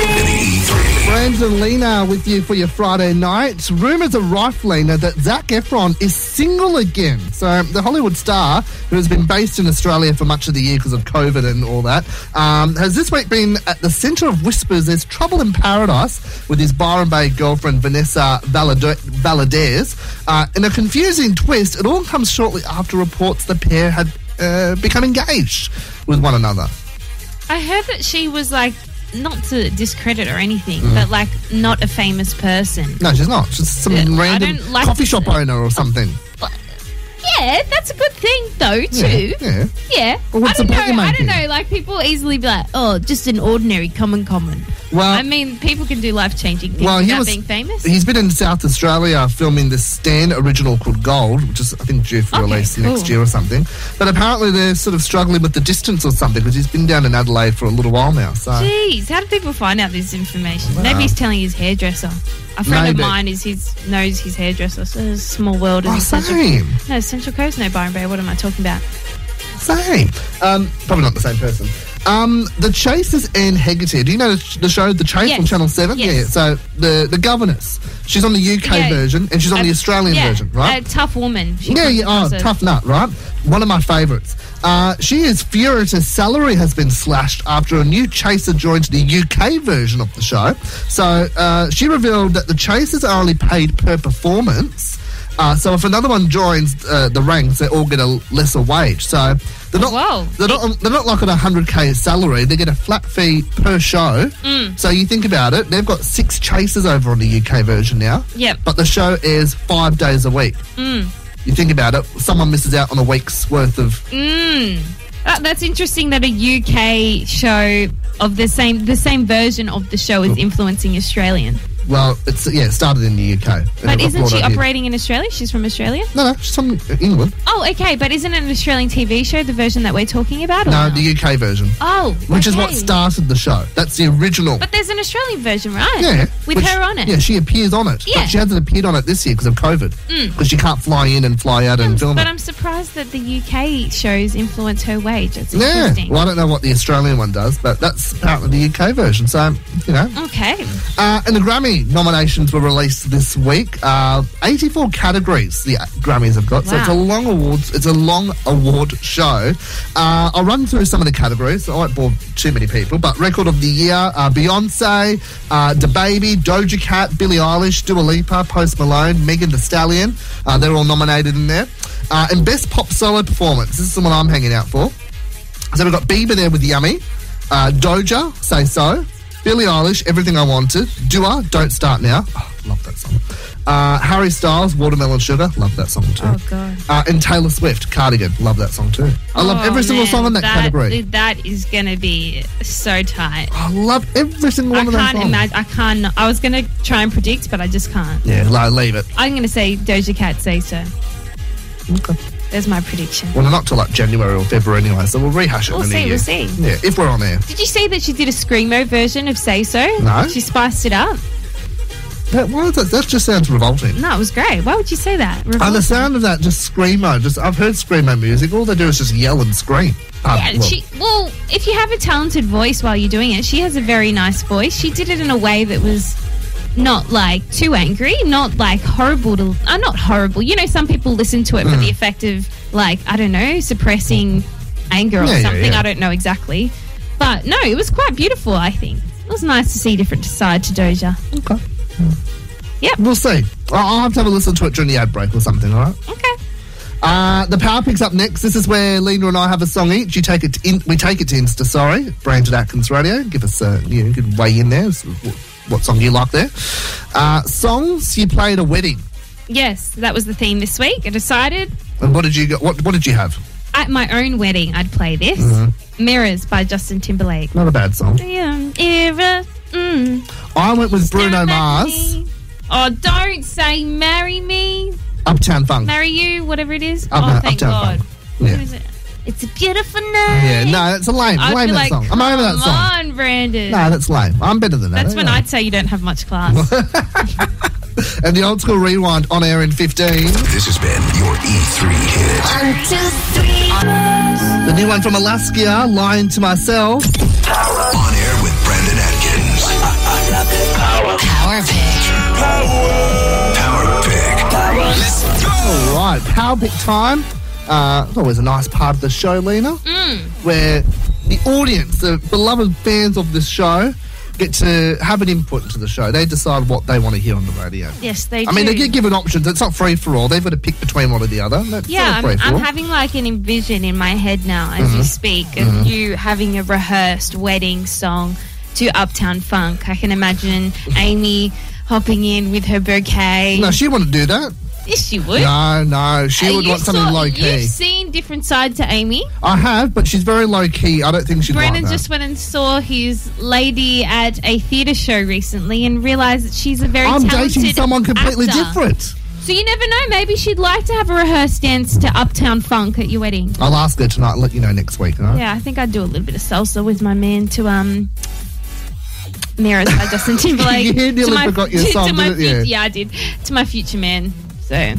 [SPEAKER 5] in the
[SPEAKER 3] E
[SPEAKER 5] E3.
[SPEAKER 12] Brandon Lena with you for your Friday night. Rumours are rife, Lena, that Zach Efron is single again. So the Hollywood star, who has been based in Australia for much of the year because of COVID and all that, um, has this week been at the centre of whispers there's trouble in paradise with his Byron Bay girlfriend, Vanessa Valade- Valadez. Uh, in a confusing twist, it all comes shortly after reports the pair had uh, become engaged with one another.
[SPEAKER 14] I heard that she was like, not to discredit or anything, but like not a famous person.
[SPEAKER 12] Mm. No, she's not. She's some
[SPEAKER 14] Yeah, I
[SPEAKER 12] random
[SPEAKER 14] don't like
[SPEAKER 12] coffee
[SPEAKER 14] to-
[SPEAKER 12] shop owner or something.
[SPEAKER 14] Yeah, that's a good thing though, too.
[SPEAKER 12] Yeah, yeah.
[SPEAKER 14] Yeah.
[SPEAKER 12] Well, what's
[SPEAKER 14] I
[SPEAKER 12] the
[SPEAKER 14] don't
[SPEAKER 12] point you're
[SPEAKER 14] know. I
[SPEAKER 12] making?
[SPEAKER 14] don't know. Like people easily be like, oh, just an ordinary common common.
[SPEAKER 12] Well,
[SPEAKER 14] I mean, people can do life changing things
[SPEAKER 12] Uh, well, he
[SPEAKER 14] without
[SPEAKER 12] was
[SPEAKER 14] being famous.
[SPEAKER 12] He's been in South Australia filming the Stan original called Gold, which is I think due for
[SPEAKER 14] Okay,
[SPEAKER 12] release
[SPEAKER 14] Oh, cool.
[SPEAKER 12] next year or something. But apparently they're sort of struggling with the distance or something because he's been down in Adelaide for a little while now. So
[SPEAKER 14] Jeez, how do people find out this information? Maybe he's telling his hairdresser. A friend
[SPEAKER 12] uh, Maybe.
[SPEAKER 14] of mine is his knows his hairdresser. So it's a small world.
[SPEAKER 12] Oh,
[SPEAKER 14] in Central-
[SPEAKER 12] same,
[SPEAKER 14] No, Central Coast, no Byron Bay. What am I talking about?
[SPEAKER 12] same. Um, probably not the same person. Um, the Chase is Anne Hegarty. Do you know the sh- the show The Chase on
[SPEAKER 14] Yes.
[SPEAKER 12] Channel Seven?
[SPEAKER 14] Yes.
[SPEAKER 12] Yeah, yeah. So the the governess, she's on the UK
[SPEAKER 14] Yeah.
[SPEAKER 12] version and she's on
[SPEAKER 14] A-
[SPEAKER 12] the Australian
[SPEAKER 14] yeah,
[SPEAKER 12] version, right?
[SPEAKER 14] A tough woman. She
[SPEAKER 12] Yeah,
[SPEAKER 14] comes
[SPEAKER 12] yeah, oh,
[SPEAKER 14] across as-
[SPEAKER 12] tough nut, right? One of my favourites. Uh, she is furious her salary has been slashed after a new chaser joined the UK version of the show. So uh, she revealed that the chasers are only paid per performance. Uh, so if another one joins uh, the ranks, they all get a lesser wage. So they're not
[SPEAKER 14] Wow.
[SPEAKER 12] they're not they're not like on a hundred k salary. They get a flat fee per show. So you think about it, they've got six chasers over on the UK version now.
[SPEAKER 14] Yep.
[SPEAKER 12] but the show airs five days a week
[SPEAKER 14] Mm.
[SPEAKER 12] you think about it, someone misses out on a week's worth of.
[SPEAKER 14] Mm. Uh, that's interesting that a UK show of the same the same version of the show is influencing Australian.
[SPEAKER 12] Well, it's yeah, it started in the UK. and it
[SPEAKER 14] But
[SPEAKER 12] got
[SPEAKER 14] isn't
[SPEAKER 12] brought
[SPEAKER 14] she
[SPEAKER 12] over here.
[SPEAKER 14] operating in Australia? She's from Australia.
[SPEAKER 12] No, no, she's from England.
[SPEAKER 14] Oh, okay. But isn't it an Australian TV show, the version that we're talking about? or
[SPEAKER 12] No,
[SPEAKER 14] not?
[SPEAKER 12] the UK version,
[SPEAKER 14] oh,
[SPEAKER 12] which is what
[SPEAKER 14] okay.
[SPEAKER 12] started the show. That's the original.
[SPEAKER 14] But there's an Australian version, right?
[SPEAKER 12] yeah,
[SPEAKER 14] With
[SPEAKER 12] which-
[SPEAKER 14] her on it.
[SPEAKER 12] Yeah, she appears on it.
[SPEAKER 14] Yeah. Mm.
[SPEAKER 12] but she hasn't appeared on it this year because of COVID. Because she can't fly in and fly out and film
[SPEAKER 14] Hmm, but
[SPEAKER 12] it.
[SPEAKER 14] I'm surprised that the UK shows influence her wage. It's
[SPEAKER 12] yeah,
[SPEAKER 14] interesting.
[SPEAKER 12] well, I don't know what the Australian one does, but that's apparently the UK version. So you know,
[SPEAKER 14] Okay.
[SPEAKER 12] Uh, and the Grammy nominations were released this week. Uh, 84 categories the uh, Grammys have got, so
[SPEAKER 14] Wow.
[SPEAKER 12] it's a long awards. It's a long award show. Uh, I'll run through some of the categories. I won't bore too many people, but record of the year: uh, Beyonce, uh, DaBaby, Doja Cat, Billie Eilish, Dua Lipa, Post Malone, Megan Thee Stallion. Uh, they're all nominated in there. Uh, and best pop solo performance. This is the one I'm hanging out for. So we've got Bieber there with Yummy, uh, Doja, Say So, Billie Eilish, Everything I Wanted, Dua, Don't Start Now. Oh, love that song. Uh, Harry Styles, Watermelon Sugar. Love that song too.
[SPEAKER 14] Oh, God.
[SPEAKER 12] Uh, and Taylor Swift, Cardigan. Love that song too. I love
[SPEAKER 14] Oh,
[SPEAKER 12] every single
[SPEAKER 14] man,
[SPEAKER 12] song in that, category.
[SPEAKER 14] That is going to be so tight.
[SPEAKER 12] I love every single
[SPEAKER 14] I
[SPEAKER 12] one of those
[SPEAKER 14] can't
[SPEAKER 12] songs.
[SPEAKER 14] imagine. I can't. I was going to try and predict, but I just can't.
[SPEAKER 12] Yeah, like, leave it.
[SPEAKER 14] I'm going to say Doja Cat say so.
[SPEAKER 12] Okay.
[SPEAKER 14] There's my prediction.
[SPEAKER 12] Well, not till like January or February anyway, so we'll rehash it
[SPEAKER 14] We'll
[SPEAKER 12] in the
[SPEAKER 14] see,
[SPEAKER 12] year.
[SPEAKER 14] we'll see.
[SPEAKER 12] Yeah, if we're on air.
[SPEAKER 14] Did you see that she did a screamo version of Say So?
[SPEAKER 12] No.
[SPEAKER 14] She spiced it up.
[SPEAKER 12] That, why is that, that just sounds revolting.
[SPEAKER 14] No, it was great. Why would you say that?
[SPEAKER 12] And the
[SPEAKER 14] Revolting.
[SPEAKER 12] sound of that just screamo. Just I've heard screamo music. All they do is just yell and scream. Um,
[SPEAKER 14] Yeah,
[SPEAKER 12] well,
[SPEAKER 14] she, well, if you have a talented voice while you're doing it, she has a very nice voice. She did it in a way that was not like too angry, not like horrible to, uh, not horrible. You know, some people listen to it for the
[SPEAKER 12] Mm.
[SPEAKER 14] effect of like, I don't know, suppressing anger or
[SPEAKER 12] Yeah, yeah,
[SPEAKER 14] something.
[SPEAKER 12] yeah.
[SPEAKER 14] I don't know exactly. But no, it was quite beautiful, I think. It was nice to see a different side to Doja.
[SPEAKER 12] okay.
[SPEAKER 14] Yep.
[SPEAKER 12] We'll see. I'll, I'll have to have a listen to it during the ad break or something. All right.
[SPEAKER 14] Okay.
[SPEAKER 12] Uh, the power picks up next. This is where Lena and I have a song each. You take it. To in, we take it to Insta. Sorry, Brandon Atkins Radio. Give us a you, know, you can weigh in there. sort of wh- What song you like there? Uh, songs you play at a wedding.
[SPEAKER 14] Yes, that was the theme this week. I decided
[SPEAKER 12] And what did you go, what What did you have?
[SPEAKER 14] at my own wedding I'd play this
[SPEAKER 12] Mm-hmm.
[SPEAKER 14] Mirrors by Justin Timberlake.
[SPEAKER 12] Not a bad song.
[SPEAKER 14] Yeah, era. Mm.
[SPEAKER 12] I went with Bruno
[SPEAKER 14] Marry
[SPEAKER 12] Mars,
[SPEAKER 14] me. Oh, don't say marry me,
[SPEAKER 12] Uptown Funk.
[SPEAKER 14] marry you, whatever it is.
[SPEAKER 12] Up-
[SPEAKER 14] oh, thank
[SPEAKER 12] Uptown
[SPEAKER 14] God.
[SPEAKER 12] Funk. Yeah.
[SPEAKER 14] Who is it? It's a beautiful night.
[SPEAKER 12] Yeah, no, it's a lame.
[SPEAKER 14] I'd
[SPEAKER 12] lame
[SPEAKER 14] be
[SPEAKER 12] that
[SPEAKER 14] like,
[SPEAKER 12] song. I'm over that
[SPEAKER 14] come
[SPEAKER 12] song.
[SPEAKER 14] on, Brandon.
[SPEAKER 12] No, that's lame. I'm better than that.
[SPEAKER 14] That's when
[SPEAKER 12] yeah.
[SPEAKER 14] I'd say you don't have
[SPEAKER 12] *laughs*
[SPEAKER 14] much class.
[SPEAKER 12] And the old school rewind on air in 15.
[SPEAKER 5] This has been your E3
[SPEAKER 1] One,
[SPEAKER 5] hit.
[SPEAKER 1] two, three.
[SPEAKER 12] The new one from Alaska, Lying to Myself.
[SPEAKER 5] On air with Brandon Atkins.
[SPEAKER 1] Power pick.
[SPEAKER 5] Power pick.
[SPEAKER 12] All right, Power Pick time. Uh, it's always a nice part of the show, Lena,
[SPEAKER 14] Mm.
[SPEAKER 12] where the audience, the beloved fans of this show, get to have an input into the show. They decide what they want to hear on the radio.
[SPEAKER 14] yes, they do.
[SPEAKER 12] I mean, they get given options. It's not free for all. They've got to pick between one or the other. That's
[SPEAKER 14] yeah,
[SPEAKER 12] not a free
[SPEAKER 14] I'm,
[SPEAKER 12] for Mm-hmm.
[SPEAKER 14] I'm
[SPEAKER 12] all.
[SPEAKER 14] having like an envision in my head now as you speak of you having a rehearsed wedding song to Uptown Funk. I can
[SPEAKER 12] *laughs*
[SPEAKER 14] imagine Amy hopping in with her bouquet.
[SPEAKER 12] no, she wouldn't do that.
[SPEAKER 14] yes, she would.
[SPEAKER 12] No, no, she
[SPEAKER 14] Uh,
[SPEAKER 12] would
[SPEAKER 14] you
[SPEAKER 12] want something
[SPEAKER 14] saw-
[SPEAKER 12] low key.
[SPEAKER 14] You've seen different sides to Amy.
[SPEAKER 12] I have, but she's very low key. I don't think she'd
[SPEAKER 14] Brandon
[SPEAKER 12] like that.
[SPEAKER 14] just went and saw his lady at a theatre show recently and realised that she's a very
[SPEAKER 12] I'm
[SPEAKER 14] talented
[SPEAKER 12] dating someone completely
[SPEAKER 14] actor.
[SPEAKER 12] different.
[SPEAKER 14] So you never know. Maybe she'd like to have a rehearsed dance to Uptown Funk at your wedding.
[SPEAKER 12] I'll ask her tonight. Let you know next week. all right?
[SPEAKER 14] Yeah, I think I'd do a little bit of salsa with my man to um Mirrors by
[SPEAKER 12] *laughs*
[SPEAKER 14] Justin Timberlake.
[SPEAKER 12] You
[SPEAKER 14] to
[SPEAKER 12] nearly
[SPEAKER 14] my-
[SPEAKER 12] forgot your
[SPEAKER 14] *laughs* to- to
[SPEAKER 12] song,
[SPEAKER 14] my
[SPEAKER 12] didn't you?
[SPEAKER 14] fut- Yeah, I did. To my future man. So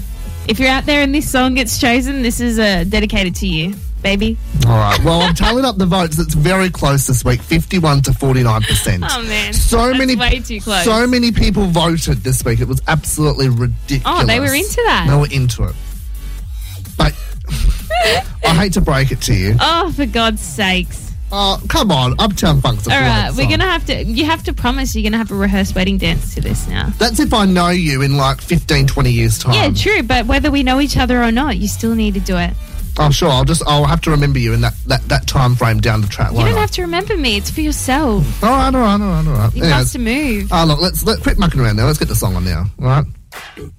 [SPEAKER 14] if you're out there and this song gets chosen, this is uh, dedicated to you, baby.
[SPEAKER 12] All right. Well, I'm tallying up the votes. It's very close this week, 51 to 49 percent.
[SPEAKER 14] Oh man.
[SPEAKER 12] So
[SPEAKER 14] That's
[SPEAKER 12] many,
[SPEAKER 14] way too close.
[SPEAKER 12] so many people voted this week. It was absolutely ridiculous.
[SPEAKER 14] Oh, they were into that.
[SPEAKER 12] They were into it. But *laughs* I hate to break it to you.
[SPEAKER 14] Oh, for God's sakes.
[SPEAKER 12] Oh, come on, Uptown Funk's a
[SPEAKER 14] All
[SPEAKER 12] great
[SPEAKER 14] right, we're
[SPEAKER 12] song.
[SPEAKER 14] going to have to, you have to promise you're going to have a rehearsed wedding dance to this now.
[SPEAKER 12] That's if I know you in like 15, 20 years time.
[SPEAKER 14] Yeah, true, but whether we know each other or not, you still need to do it.
[SPEAKER 12] Oh, sure. I'll just I'll have to remember you in that that, that time frame down the track.
[SPEAKER 14] You don't have to remember me, it's for yourself.
[SPEAKER 12] All right, all right, all right, all right.
[SPEAKER 14] It
[SPEAKER 12] Anyways,
[SPEAKER 14] has to move.
[SPEAKER 12] Ah, look, let's let quit mucking around now. Let's get the song on now. All right.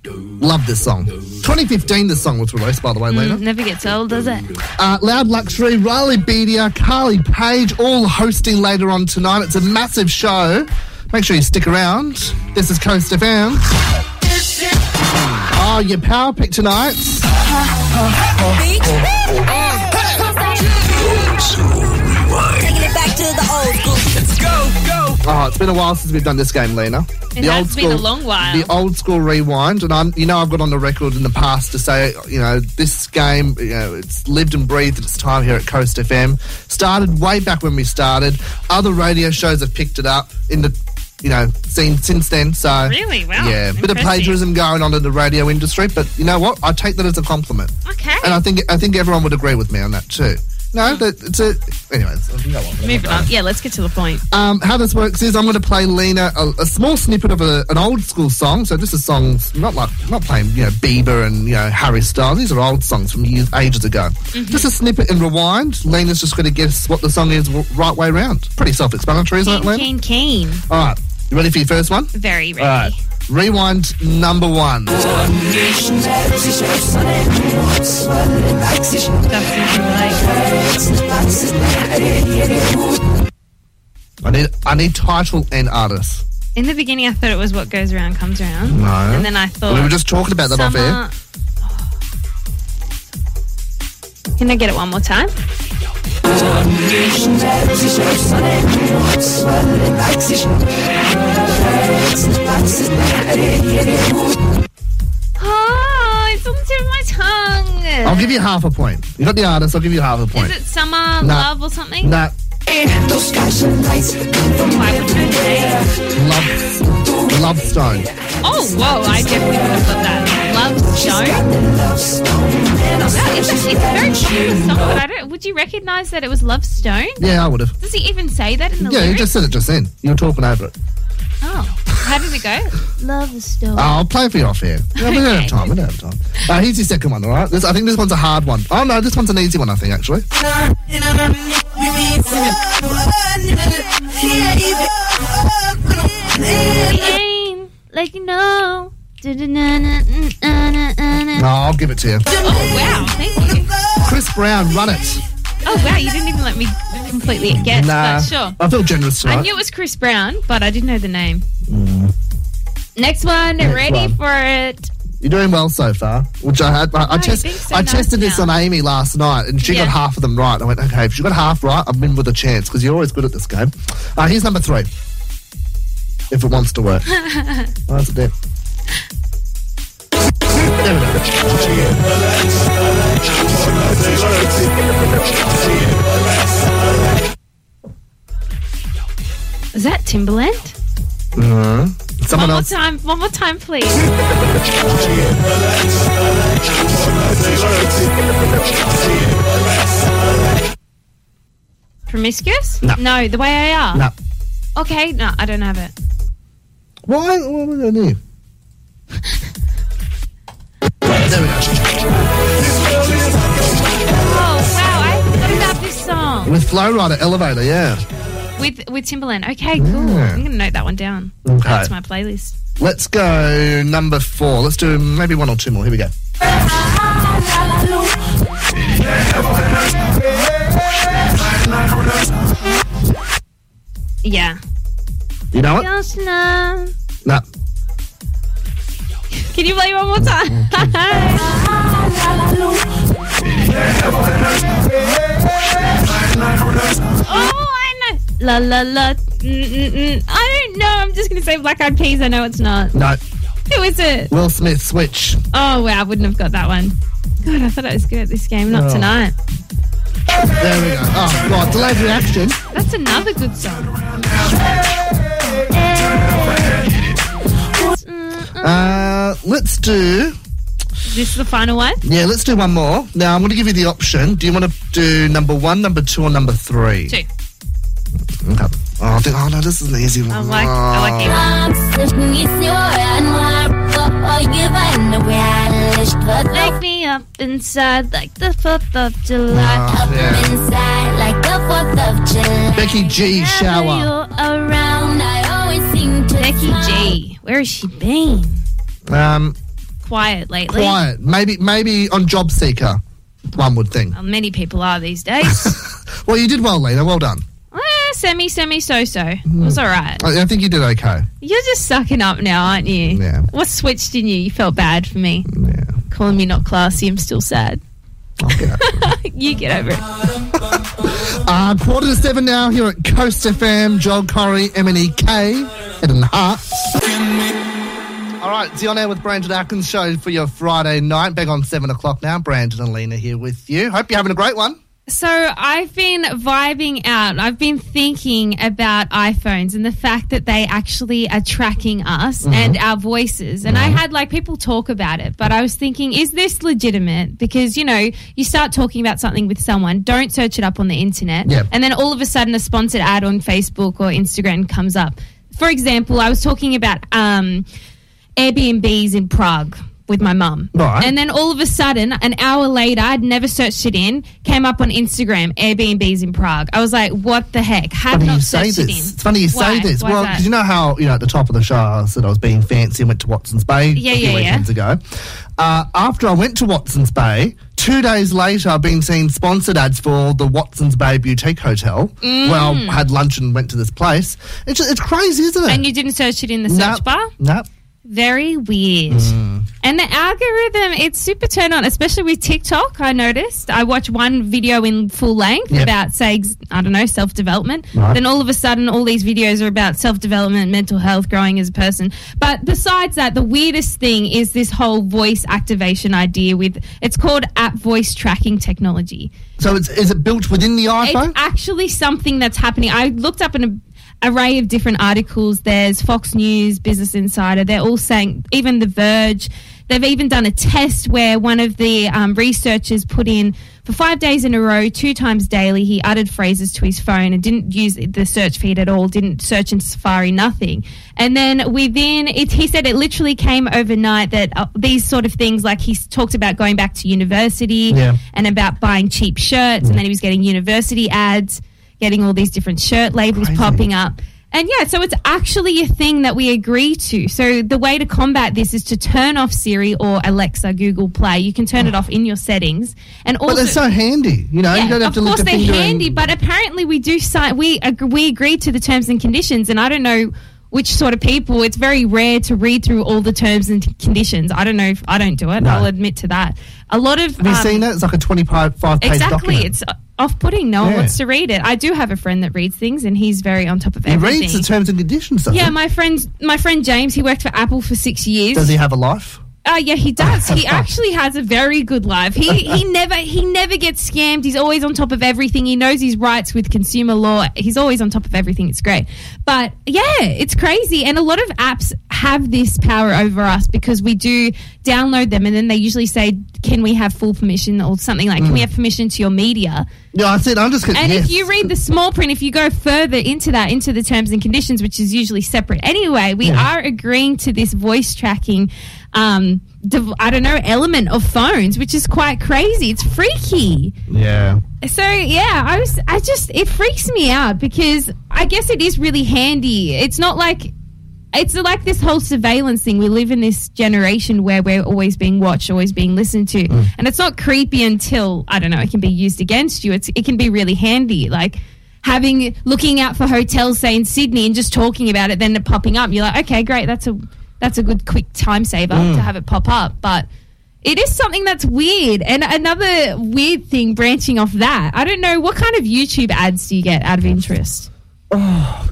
[SPEAKER 12] Love this song. 2015, this song was released, by the way, Lena.
[SPEAKER 14] Never gets old, does it?
[SPEAKER 12] Uh, Loud Luxury, Riley Bedia, Carly Page, all hosting later on tonight. It's a massive show. Make sure you stick around. This is Coast FM. Oh, your power pick tonight.
[SPEAKER 5] So rewind.
[SPEAKER 2] Taking it back to the old school.
[SPEAKER 12] Oh, it's been a while since we've done this game, Lena.
[SPEAKER 14] It has been a long while.
[SPEAKER 12] The old school rewind, and I'm, you know, I've got on the record in the past to say, you know, this game, you know, it's lived and breathed its time here at Coast FM. Started way back when we started. Other radio shows have picked it up in the, you know, scene since then. So
[SPEAKER 14] Really? Wow.
[SPEAKER 12] yeah, bit of
[SPEAKER 14] Impressive.
[SPEAKER 12] plagiarism going on in the radio industry, but you know what? I take that as a compliment,
[SPEAKER 14] Okay.
[SPEAKER 12] and I think I think everyone would agree with me on that too. No, that it's a. Anyways, I can go on.
[SPEAKER 14] Moving on. Yeah, let's get to the point.
[SPEAKER 12] Um, how this works is I'm going to play Lena a, a small snippet of a, an old school song. So this is songs not like not playing you know Bieber and you know Harry Styles. These are old songs from years ages ago.
[SPEAKER 14] Mm-hmm.
[SPEAKER 12] Just a snippet and rewind. Lena's just going to guess what the song is w- right way round. Pretty self-explanatory, isn't
[SPEAKER 14] Keen,
[SPEAKER 12] it, Lena?
[SPEAKER 14] keen, keen.
[SPEAKER 12] All right, you ready for your first one?
[SPEAKER 14] Very ready.
[SPEAKER 12] All right, rewind number one.
[SPEAKER 14] Justin Timberlake.
[SPEAKER 12] I need I need title and artist.
[SPEAKER 14] In the beginning, I thought it was what goes around comes around.
[SPEAKER 12] No,
[SPEAKER 14] And then I thought.
[SPEAKER 12] we were just talking about that off air.
[SPEAKER 14] Summer- Can I get it one more time? Oh, Oh, it's on the tip of my tongue.
[SPEAKER 12] I'll give you half a point. You got the artist. I'll give you half a point.
[SPEAKER 14] Is it summer
[SPEAKER 12] Nah.
[SPEAKER 14] love or something?
[SPEAKER 12] Nah,
[SPEAKER 14] Why would you say?
[SPEAKER 12] love, love stone.
[SPEAKER 14] Oh, whoa! I definitely would have thought that. Love Stone. That is a, it's a very popular song, but I don't. Would you recognise that it was Love Stone?
[SPEAKER 12] Yeah, I would have.
[SPEAKER 14] Does he even say that in the
[SPEAKER 12] Yeah, you
[SPEAKER 14] lyrics?
[SPEAKER 12] just said it just then. You were talking over it.
[SPEAKER 14] Oh, how did it go? Love Stone.
[SPEAKER 12] Ah, I'll play for you off here. Yeah, we don't have time. We don't have time. Uh, here's your second one, all right? This, I think this one's a hard one. Oh, no, this one's an easy one, I think, actually.
[SPEAKER 14] Pain, like you know. Oh, Da-da-na-na-na-na-na-na.
[SPEAKER 12] No, Ah, I'll give it to you.
[SPEAKER 14] Oh wow! Thank you.
[SPEAKER 12] Chris Brown, run it.
[SPEAKER 14] Oh wow! You didn't even let me completely guess.
[SPEAKER 12] nah.
[SPEAKER 14] But sure.
[SPEAKER 12] I feel generous
[SPEAKER 14] I
[SPEAKER 12] tonight.
[SPEAKER 14] knew it was Chris Brown, but I didn't know the name. Next one, ready
[SPEAKER 12] Mm. one.
[SPEAKER 14] for it.
[SPEAKER 12] You're doing well so far, which I had. I, I,
[SPEAKER 14] you're
[SPEAKER 12] test,
[SPEAKER 14] being so
[SPEAKER 12] I
[SPEAKER 14] nice
[SPEAKER 12] tested this
[SPEAKER 14] now.
[SPEAKER 12] on Amy last night, and she
[SPEAKER 14] Yeah.
[SPEAKER 12] got half of them right. I went, okay, if she got half right, I'm in with a chance because you're always good at this game. Uh, here's number three. If it wants to
[SPEAKER 14] *laughs*
[SPEAKER 12] work. Why is it there? There we go.
[SPEAKER 14] Is that Timberland?
[SPEAKER 12] Someone
[SPEAKER 14] One more
[SPEAKER 12] else.
[SPEAKER 14] time, one more time, please. Promiscuous?
[SPEAKER 12] No.
[SPEAKER 14] the way I are.
[SPEAKER 12] No.
[SPEAKER 14] Okay, no, I don't have it.
[SPEAKER 12] Why? What was that name? There we go.
[SPEAKER 14] Oh wow, I forgot about this song
[SPEAKER 12] With Flowrider Elevator, yeah.
[SPEAKER 14] with with Timberland. Okay, cool.
[SPEAKER 12] Yeah.
[SPEAKER 14] I'm gonna note that one down.
[SPEAKER 12] Okay.
[SPEAKER 14] That's my playlist.
[SPEAKER 12] Let's go number four. Let's do maybe one or two more. Here we go.
[SPEAKER 14] Yeah.
[SPEAKER 12] You know what?
[SPEAKER 14] Just now.
[SPEAKER 12] No.
[SPEAKER 14] Can you play one more time? *laughs* oh, I know. La la la. Mm-mm-mm. I don't know. I'm just gonna say Black Eyed Peas. I know it's not.
[SPEAKER 12] No.
[SPEAKER 14] Who is it?
[SPEAKER 12] Will Smith, switch.
[SPEAKER 14] Oh wow, I wouldn't have got that one. God, I thought I was good at this game. Not
[SPEAKER 12] Oh.
[SPEAKER 14] tonight.
[SPEAKER 12] There we go. Oh, God. Delayed reaction.
[SPEAKER 14] That's another good song.
[SPEAKER 12] Uh, let's do.
[SPEAKER 14] Is this the final one?
[SPEAKER 12] Yeah, let's do one more. Now, I'm going to give you the option. Do you want to do number one, number two, or number three?
[SPEAKER 14] Two.
[SPEAKER 12] Okay. Oh, I think, oh, no, this is an easy one.
[SPEAKER 14] I like. I like
[SPEAKER 12] Oh.
[SPEAKER 14] it. Wake me up inside like the 4th of July.
[SPEAKER 12] Oh, yeah. Becky G, shower.
[SPEAKER 14] Whenever you're around, Becky G. Where has she been?
[SPEAKER 12] Um,
[SPEAKER 14] Quiet lately.
[SPEAKER 12] quiet. Maybe, maybe on job seeker. One would think.
[SPEAKER 14] Well, many people Uh, are these days.
[SPEAKER 12] Well, you did well, Lena. Well done.
[SPEAKER 14] Eh, semi, semi, so, so. It was all right.
[SPEAKER 12] I, I think you did okay.
[SPEAKER 14] You're just sucking up now, aren't you?
[SPEAKER 12] Yeah.
[SPEAKER 14] What switched in you? You felt bad for me.
[SPEAKER 12] Yeah.
[SPEAKER 14] Calling me not classy, I'm still sad.
[SPEAKER 12] I'll get over it.
[SPEAKER 14] You get over it.
[SPEAKER 12] Uh, quarter to seven now here at Coast FM. Joel Corey, M&E K, Head and Heart. All right, it's the on air with Brandon Atkins show for your Friday night. Back on seven o'clock now. Brandon and Lena here with you. Hope you're having a great one.
[SPEAKER 14] So I've been vibing out. I've been thinking about iPhones and the fact that they actually are tracking us and our voices. And I had like people talk about it, but I was thinking, is this legitimate? Because you know, you start talking about something with someone, don't search it up on the internet,
[SPEAKER 12] Yep.
[SPEAKER 14] and then all of a sudden, a sponsored ad on Facebook or Instagram comes up. For example, I was talking about um, Airbnbs in Prague with my mum.
[SPEAKER 12] Right.
[SPEAKER 14] And then all of a sudden, an hour later, I'd never searched it in, came up on Instagram, Airbnbs in Prague. I was like, what the heck? Had
[SPEAKER 12] Funny
[SPEAKER 14] not
[SPEAKER 12] you say this.
[SPEAKER 14] searched it in.
[SPEAKER 12] It's funny you
[SPEAKER 14] Why?
[SPEAKER 12] say this.
[SPEAKER 14] Why
[SPEAKER 12] well,
[SPEAKER 14] is that?
[SPEAKER 12] because you know how you know at the top of the show I said I was being fancy and went to Watson's Bay
[SPEAKER 14] Yeah,
[SPEAKER 12] a few
[SPEAKER 14] yeah, yeah.
[SPEAKER 12] weekends ago. Uh, after I went to Watson's Bay, two days later I've been seeing sponsored ads for the Watson's Bay Boutique Hotel. Where I had lunch and went to this place. It's just, it's crazy, isn't it?
[SPEAKER 14] Mm. and you didn't search it in the search
[SPEAKER 12] Nah,
[SPEAKER 14] bar?
[SPEAKER 12] nah.
[SPEAKER 14] Very weird.
[SPEAKER 12] Mm.
[SPEAKER 14] And the algorithm, it's super turn on, especially with TikTok. I noticed. I watch one video in full length
[SPEAKER 12] Yeah.
[SPEAKER 14] about, say, ex- I don't know, self development.
[SPEAKER 12] Right.
[SPEAKER 14] Then all of a sudden, all these videos are about self development, mental health, growing as a person. But besides that, the weirdest thing is this whole voice activation idea with it's called app voice tracking technology.
[SPEAKER 12] So it's, is it built within the iPhone?
[SPEAKER 14] It's actually something that's happening. I looked up an array of different articles. There's Fox News, Business Insider. They're all saying, even The Verge. They've even done a test where one of the um, researchers put in for five days in a row, two times daily, he uttered phrases to his phone and didn't use the search feed at all, didn't search in Safari, nothing. And then within it, he said it literally came overnight that uh, these sort of things, like he s- talked about going back to university
[SPEAKER 12] Yeah.
[SPEAKER 14] and about buying cheap shirts. And then he was getting university ads, getting all these different shirt labels popping up. And yeah, so it's actually a thing that we agree to. So the way to combat this is to turn off Siri or Alexa, Google Play. You can turn it off in your settings. And also,
[SPEAKER 12] but they're so handy, you know.
[SPEAKER 14] yeah,
[SPEAKER 12] you don't have
[SPEAKER 14] of
[SPEAKER 12] to
[SPEAKER 14] course
[SPEAKER 12] lift a
[SPEAKER 14] they're
[SPEAKER 12] finger. and-
[SPEAKER 14] handy, but apparently we do sign we ag- we agree to the terms and conditions, and I don't know which sort of people. It's very rare to read through all the terms and conditions. I don't know if I don't do it.
[SPEAKER 12] No.
[SPEAKER 14] I'll admit to that. A lot of
[SPEAKER 12] have you
[SPEAKER 14] um,
[SPEAKER 12] seen it? It's like a twenty-five page
[SPEAKER 14] exactly.
[SPEAKER 12] document.
[SPEAKER 14] It's off-putting. No one
[SPEAKER 12] Yeah.
[SPEAKER 14] wants to read it. I do have a friend that reads things, and he's very on top of
[SPEAKER 12] he
[SPEAKER 14] everything.
[SPEAKER 12] reads the terms and conditions. Doesn't
[SPEAKER 14] yeah,
[SPEAKER 12] he?
[SPEAKER 14] my friend, my friend James, he worked for Apple for six years.
[SPEAKER 12] does he have a life?
[SPEAKER 14] Oh yeah,
[SPEAKER 12] *laughs*
[SPEAKER 14] he does. He actually has a very good life. He he never he never gets scammed. He's always on top of everything. He knows his rights with consumer law. He's always on top of everything. It's great. But yeah, it's crazy. And a lot of apps have this power over us because we do download them and then they usually say, Can we have full permission or something like
[SPEAKER 12] Mm.
[SPEAKER 14] can we have permission to your media?
[SPEAKER 12] Yeah, I said I'm just going.
[SPEAKER 14] And
[SPEAKER 12] yes.
[SPEAKER 14] if you read the small print, if you go further into that, into the terms and conditions, which is usually separate anyway, we are agreeing to this voice tracking, um, div- I don't know, element of phones, which is quite crazy. It's freaky.
[SPEAKER 12] yeah,
[SPEAKER 14] So yeah, I was, I just, it freaks me out because I guess it is really handy. It's not like. It's like this whole surveillance thing. We live in this generation where we're always being watched, always being listened to.
[SPEAKER 12] Mm.
[SPEAKER 14] And it's not creepy until, I don't know, it can be used against you. It's, it can be really handy. Like having, looking out for hotels, say in Sydney and just talking about it, then it popping up. You're like, okay, great. That's a, that's a good quick time saver
[SPEAKER 12] Mm.
[SPEAKER 14] to have it pop up. But it is something that's weird. And another weird thing branching off that, I don't know what kind of YouTube ads do you get out of interest?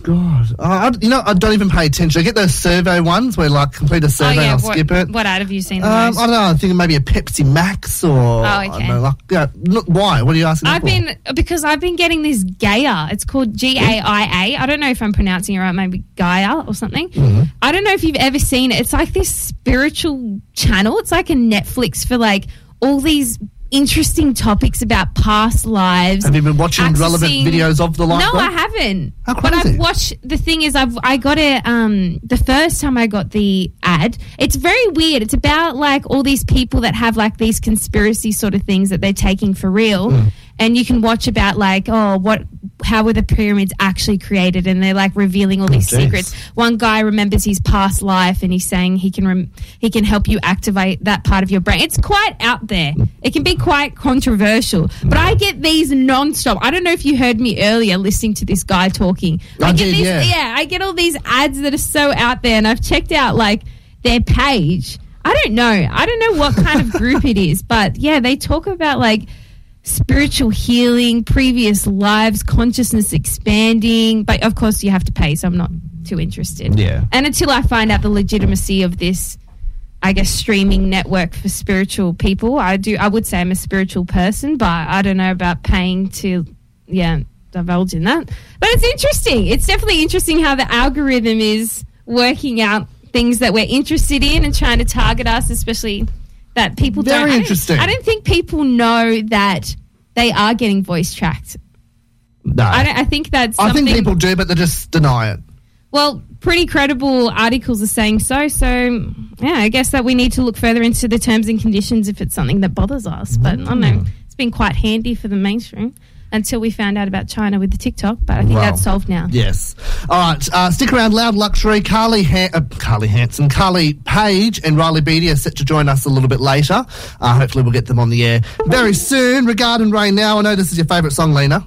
[SPEAKER 12] God, Uh, I, you know I don't even pay attention. I get those survey ones where like complete a survey, I'll
[SPEAKER 14] Oh, what,
[SPEAKER 12] skip it.
[SPEAKER 14] what ad have you seen the
[SPEAKER 12] Um, I
[SPEAKER 14] most? Oh,
[SPEAKER 12] don't know. I think maybe a Pepsi Max or I don't
[SPEAKER 14] okay.
[SPEAKER 12] know, like, yeah, look, why? What are you asking? that
[SPEAKER 14] I've
[SPEAKER 12] for?
[SPEAKER 14] been because I've been getting this Gaia. It's called G A I A. I don't know if I'm pronouncing it right. Maybe Gaia or something.
[SPEAKER 12] Mm-hmm.
[SPEAKER 14] I don't know if you've ever seen it. It's like this spiritual channel. It's like a Netflix for like all these interesting topics about past lives.
[SPEAKER 12] Have you been watching relevant
[SPEAKER 14] accessing-
[SPEAKER 12] videos of the life?
[SPEAKER 14] No,
[SPEAKER 12] though?
[SPEAKER 14] I haven't.
[SPEAKER 12] How
[SPEAKER 14] But
[SPEAKER 12] crazy.
[SPEAKER 14] I've watched. The thing is, I've I got it. Um, the first time I got the ad, it's very weird. It's about like all these people that have like these conspiracy sort of things that they're taking for real, and you can watch about like oh what how were the pyramids actually created? And they're like revealing all these
[SPEAKER 12] geez.
[SPEAKER 14] secrets. One guy remembers his past life, and he's saying he can rem- he can help you activate that part of your brain. It's quite out there. It can be quite controversial, but I get these non-stop. I don't know if you heard me earlier listening to this guy talking.
[SPEAKER 12] I
[SPEAKER 14] get
[SPEAKER 12] did,
[SPEAKER 14] these,
[SPEAKER 12] yeah.
[SPEAKER 14] yeah, I get all these ads that are so out there, and I've checked out like their page. I don't know. I don't know what
[SPEAKER 12] *laughs*
[SPEAKER 14] kind of group it is, but yeah, they talk about like spiritual healing, previous lives, consciousness expanding. But of course, you have to pay, so I'm not too interested.
[SPEAKER 12] Yeah.
[SPEAKER 14] And until I find out the legitimacy of this, I guess streaming network for spiritual people, I do. I would say I'm a spiritual person, but I don't know about paying to, yeah, divulge in that. But it's interesting. It's definitely interesting how the algorithm is working out things that we're interested in and trying to target us, especially that people
[SPEAKER 12] Very
[SPEAKER 14] don't- I don't.
[SPEAKER 12] interesting.
[SPEAKER 14] I don't think people know that they are getting voice tracked.
[SPEAKER 12] No.
[SPEAKER 14] I,
[SPEAKER 12] I,
[SPEAKER 14] don't, I think that's.
[SPEAKER 12] think
[SPEAKER 14] something-
[SPEAKER 12] people do, but they just deny it.
[SPEAKER 14] well, pretty credible articles are saying so. So, yeah, I guess that we need to look further into the terms and conditions if it's something that bothers us. But I don't
[SPEAKER 12] Mm-hmm.
[SPEAKER 14] know. It's been quite handy for the mainstream until we found out about China with the TikTok. But I think
[SPEAKER 12] Wow.
[SPEAKER 14] that's solved now.
[SPEAKER 12] Yes. All right. Uh, stick around. Loud Luxury. Carly, Han- uh, Carly Hanson, Carly Page, and Riley Beatty are set to join us a little bit later. Uh, hopefully, we'll get them on the air very soon. Regard and Rain now. I know this is your favourite song, Lena.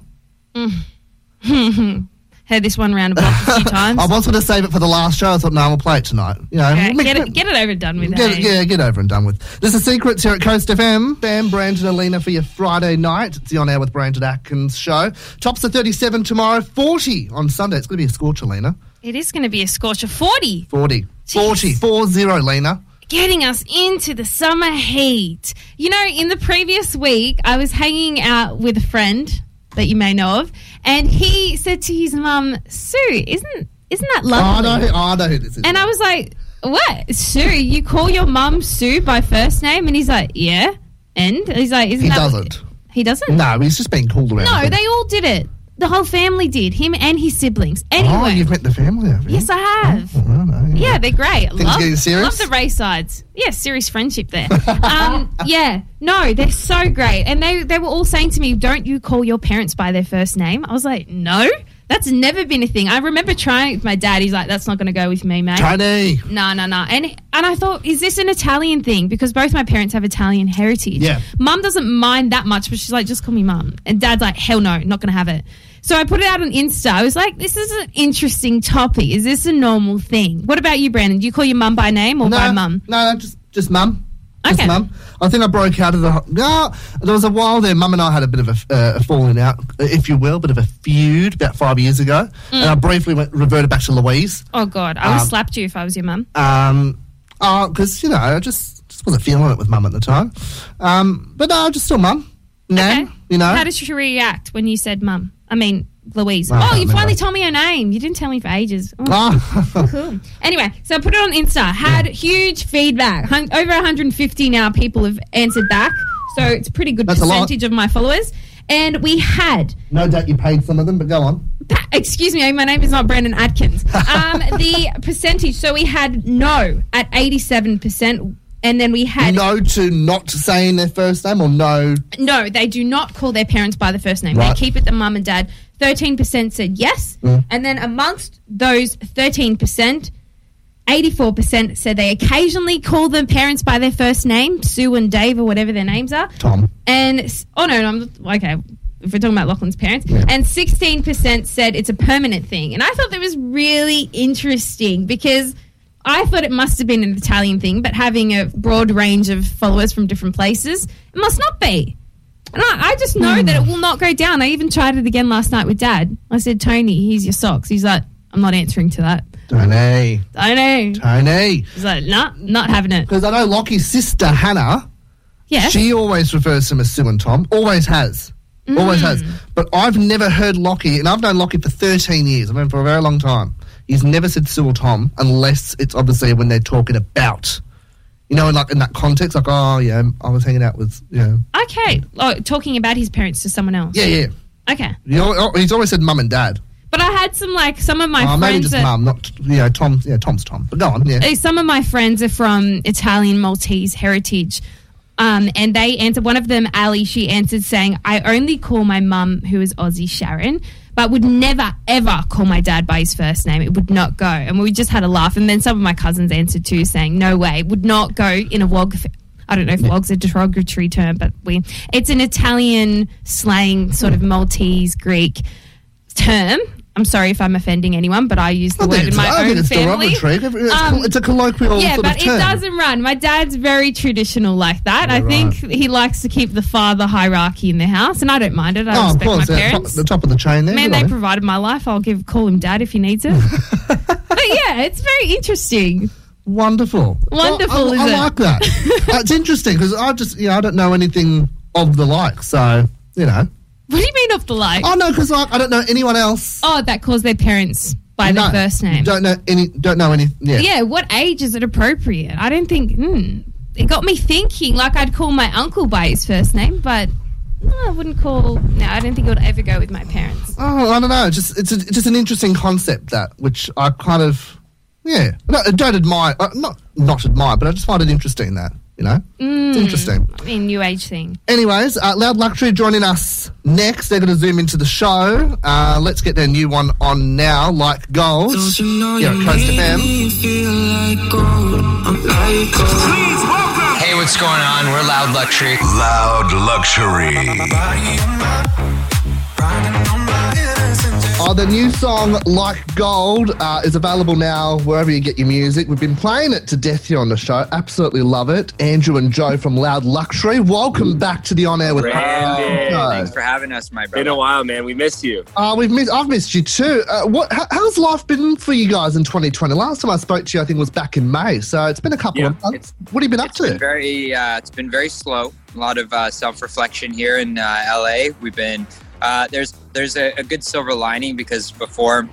[SPEAKER 14] Heard this one round about
[SPEAKER 12] *laughs*
[SPEAKER 14] a few times.
[SPEAKER 12] I was going to save it for the last show. I thought, no, we'll play it tonight. You know,
[SPEAKER 14] Okay,
[SPEAKER 12] mix-
[SPEAKER 14] get, it, get it over and done with.
[SPEAKER 12] Get,
[SPEAKER 14] eh?
[SPEAKER 12] yeah, get over and done with. This is Secrets here at Coast FM. Bam, Brandon and Alina for your Friday night. It's the on air with Brandon Atkins show. Tops of 37 tomorrow, 40 on Sunday. It's going to be a scorch, Alina.
[SPEAKER 14] It is going to be a scorcher. 40.
[SPEAKER 12] 40.
[SPEAKER 14] Jeez.
[SPEAKER 12] 40. 4 0, Lena.
[SPEAKER 14] getting us into the summer heat. You know, in the previous week, I was hanging out with a friend that you may know of, and he said to his mum, "Sue, isn't isn't that
[SPEAKER 12] Oh, I
[SPEAKER 14] lovely?"
[SPEAKER 12] know, who- oh, I know who this is.
[SPEAKER 14] And I was like, "What, Sue? You call your mum Sue by first name?" And he's like, "Yeah." And he's like, "Isn't
[SPEAKER 12] he
[SPEAKER 14] that
[SPEAKER 12] doesn't.
[SPEAKER 14] he doesn't?"
[SPEAKER 12] No, he's just being called around.
[SPEAKER 14] no, they all did it. The whole family did. Him and his siblings. Anyway,
[SPEAKER 12] Oh, you've met the family, have you?
[SPEAKER 14] yes, I have.
[SPEAKER 12] I don't know.
[SPEAKER 14] Yeah, they're great.
[SPEAKER 12] Things
[SPEAKER 14] love,
[SPEAKER 12] getting serious?
[SPEAKER 14] love the Ray sides. Yeah, serious friendship
[SPEAKER 12] *laughs*
[SPEAKER 14] there. um, yeah, no, they're so great. And they, they were all saying to me, don't you call your parents by their first name? I was like, no, that's never been a thing. I remember trying it with my dad. He's like, that's not going to go with me, mate.
[SPEAKER 12] Tiny.
[SPEAKER 14] No, no, no. And and I thought, is this an Italian thing? Because both my parents have Italian heritage.
[SPEAKER 12] Yeah.
[SPEAKER 14] Mum doesn't mind that much, but she's like, just call me mum. And dad's like, hell no, not gonna have it. So I put it out on Insta. I was like, this is an interesting topic. Is this a normal thing? What about you, Brandon? Do you call your mum by name or by mum?
[SPEAKER 12] No, no, just just mum. Just
[SPEAKER 14] Okay.
[SPEAKER 12] mum. I think I broke out of the. ho- No, there was a while there. Mum and I had a bit of a, uh, a falling out, if you will, bit of a feud about five years ago,
[SPEAKER 14] Mm.
[SPEAKER 12] and I briefly went, reverted back to Louise.
[SPEAKER 14] Oh God, I would
[SPEAKER 12] Um,
[SPEAKER 14] have slapped you if I was your mum.
[SPEAKER 12] Um, because you know I just just wasn't feeling it with mum at the time. Um, but no, just still mum. Nan, you know.
[SPEAKER 14] How did she react when you said mum? I mean, Louise.
[SPEAKER 12] I
[SPEAKER 14] oh,
[SPEAKER 12] can't
[SPEAKER 14] you finally
[SPEAKER 12] remember.
[SPEAKER 14] told me her name. You didn't tell me for ages. Oh.
[SPEAKER 12] *laughs* Ah,
[SPEAKER 14] Cool. Anyway, so I put it on Insta. Had huge feedback. Hun- over 150 now people have answered back. So it's a pretty good
[SPEAKER 12] That's a lot.
[SPEAKER 14] percentage of my followers. And we had,
[SPEAKER 12] no doubt you paid some of them, but go on.
[SPEAKER 14] pa- excuse me, eh, my name is not
[SPEAKER 12] *laughs*
[SPEAKER 14] Brandon Atkins. Um, the percentage, so we had no at 87%. And then we had no.
[SPEAKER 12] No to not saying their first name, or no.
[SPEAKER 14] they do not call their parents by the first name.
[SPEAKER 12] Right.
[SPEAKER 14] They keep it the mum and dad. 13% said yes. And then amongst those 13%, 84% said they occasionally call their parents by their first name, Sue and Dave or whatever their names are.
[SPEAKER 12] Tom.
[SPEAKER 14] And, s- oh no, no I'm, okay, if we're talking about Lachlan's parents. And 16% said it's a permanent thing. And I thought that was really interesting because I thought it must have been an Italian thing, but having a broad range of followers from different places, it must not be. And I, I just know that it will not go down. I even tried it again last night with dad. I said, Tony, here's your socks. He's like, I'm not answering to that.
[SPEAKER 12] Tony.
[SPEAKER 14] I know.
[SPEAKER 12] Tony.
[SPEAKER 14] He's like, nah, not having it.
[SPEAKER 12] Because I know Lockie's sister Hannah,
[SPEAKER 14] Yeah.
[SPEAKER 12] she always refers to him as Sue and Tom. Always has. Always has. But I've never heard Lockie, and I've known Lockie for 13 years. I've known him for a very long time. He's never said Sue or Tom unless it's obviously when they're talking about, you know, in like in that context, like, oh, yeah, I was hanging out with, you know.
[SPEAKER 14] okay. Oh, talking about his parents to someone else.
[SPEAKER 12] Yeah, yeah.
[SPEAKER 14] Okay.
[SPEAKER 12] You know, he's always said mum and dad.
[SPEAKER 14] But I had some like some of my
[SPEAKER 12] Oh, maybe
[SPEAKER 14] friends
[SPEAKER 12] just
[SPEAKER 14] are,
[SPEAKER 12] mum, not, you know, Tom. Yeah, Tom's Tom. But go on, yeah.
[SPEAKER 14] uh, some of my friends are from Italian Maltese heritage. Um, and they answered, one of them, Ali, she answered saying, I only call my mum, who is Aussie Sharon, but would never, ever call my dad by his first name. It would not go. And we just had a laugh. And then some of my cousins answered too, saying, No way, it would not go in a wog. I don't know if wog's a derogatory term, but we, it's an Italian slang, sort of Maltese, Greek term. I'm sorry if I'm offending anyone, but I use the
[SPEAKER 12] I
[SPEAKER 14] word
[SPEAKER 12] think
[SPEAKER 14] in
[SPEAKER 12] it's,
[SPEAKER 14] my
[SPEAKER 12] I
[SPEAKER 14] own
[SPEAKER 12] think it's
[SPEAKER 14] family.
[SPEAKER 12] derogatory. It's,
[SPEAKER 14] Um,
[SPEAKER 12] it's a colloquial
[SPEAKER 14] yeah,
[SPEAKER 12] sort
[SPEAKER 14] but
[SPEAKER 12] of
[SPEAKER 14] it
[SPEAKER 12] term.
[SPEAKER 14] doesn't run. My dad's very traditional like that. I
[SPEAKER 12] Yeah,
[SPEAKER 14] think he likes to keep the father hierarchy in the house, and I don't mind it. I
[SPEAKER 12] Oh, of
[SPEAKER 14] respect
[SPEAKER 12] course,
[SPEAKER 14] my
[SPEAKER 12] yeah, top,
[SPEAKER 14] parents.
[SPEAKER 12] the top of the chain there.
[SPEAKER 14] Man,
[SPEAKER 12] good on
[SPEAKER 14] they
[SPEAKER 12] him.
[SPEAKER 14] provided my life. I'll give call him dad if he needs
[SPEAKER 12] *laughs*
[SPEAKER 14] it. but yeah, it's very interesting.
[SPEAKER 12] Wonderful.
[SPEAKER 14] Wonderful,
[SPEAKER 12] I, I,
[SPEAKER 14] is
[SPEAKER 12] I
[SPEAKER 14] it?
[SPEAKER 12] like
[SPEAKER 14] *laughs*
[SPEAKER 12] that. Uh, it's interesting because I just, you know, I don't know anything of the like. So, you know.
[SPEAKER 14] What do you mean off the light?
[SPEAKER 12] Oh, no, because like, I don't know anyone else.
[SPEAKER 14] Oh, that calls their parents by
[SPEAKER 12] no,
[SPEAKER 14] their first name.
[SPEAKER 12] Don't know any, don't know any. Yeah.
[SPEAKER 14] yeah, what age is it appropriate? I don't think. Hmm, it got me thinking. Like I'd call my uncle by his first name, but no, I wouldn't call. No, I don't think it would ever go with my parents.
[SPEAKER 12] Oh, I don't know. Just it's, a, it's just an interesting concept that which I kind of yeah no, I don't admire uh, not not admire but I just find it interesting that you know it's interesting.
[SPEAKER 14] I mean, new age thing.
[SPEAKER 12] Anyways, uh, Loud Luxury joining us next. They're going to zoom into the show. Uh, let's get their new one on now, like gold. Here at Coast FM.
[SPEAKER 4] Hey, what's going on? We're Loud Luxury.
[SPEAKER 5] Loud luxury.
[SPEAKER 12] Oh, the new song "Like Gold" uh, is available now wherever you get your music. We've been playing it to death here on the show. Absolutely love it. Andrew and Joe from Loud Luxury, welcome back to the On Air with
[SPEAKER 6] Brandon,
[SPEAKER 12] Joe.
[SPEAKER 6] thanks for having us, my
[SPEAKER 7] Been a
[SPEAKER 6] brother.
[SPEAKER 7] while, man. We missed you.
[SPEAKER 12] Uh, we've missed, I've missed you too. Uh, what? How, how's life been for you guys in 2020? Last time I spoke to you, I think was back in May. So it's been a couple
[SPEAKER 7] Yeah,
[SPEAKER 12] of months. What have you been up
[SPEAKER 6] It's been
[SPEAKER 12] to?
[SPEAKER 6] very, uh, it's been very slow. A lot of uh, self-reflection here in uh, LA. We've been uh, there's there's a, a good silver lining because before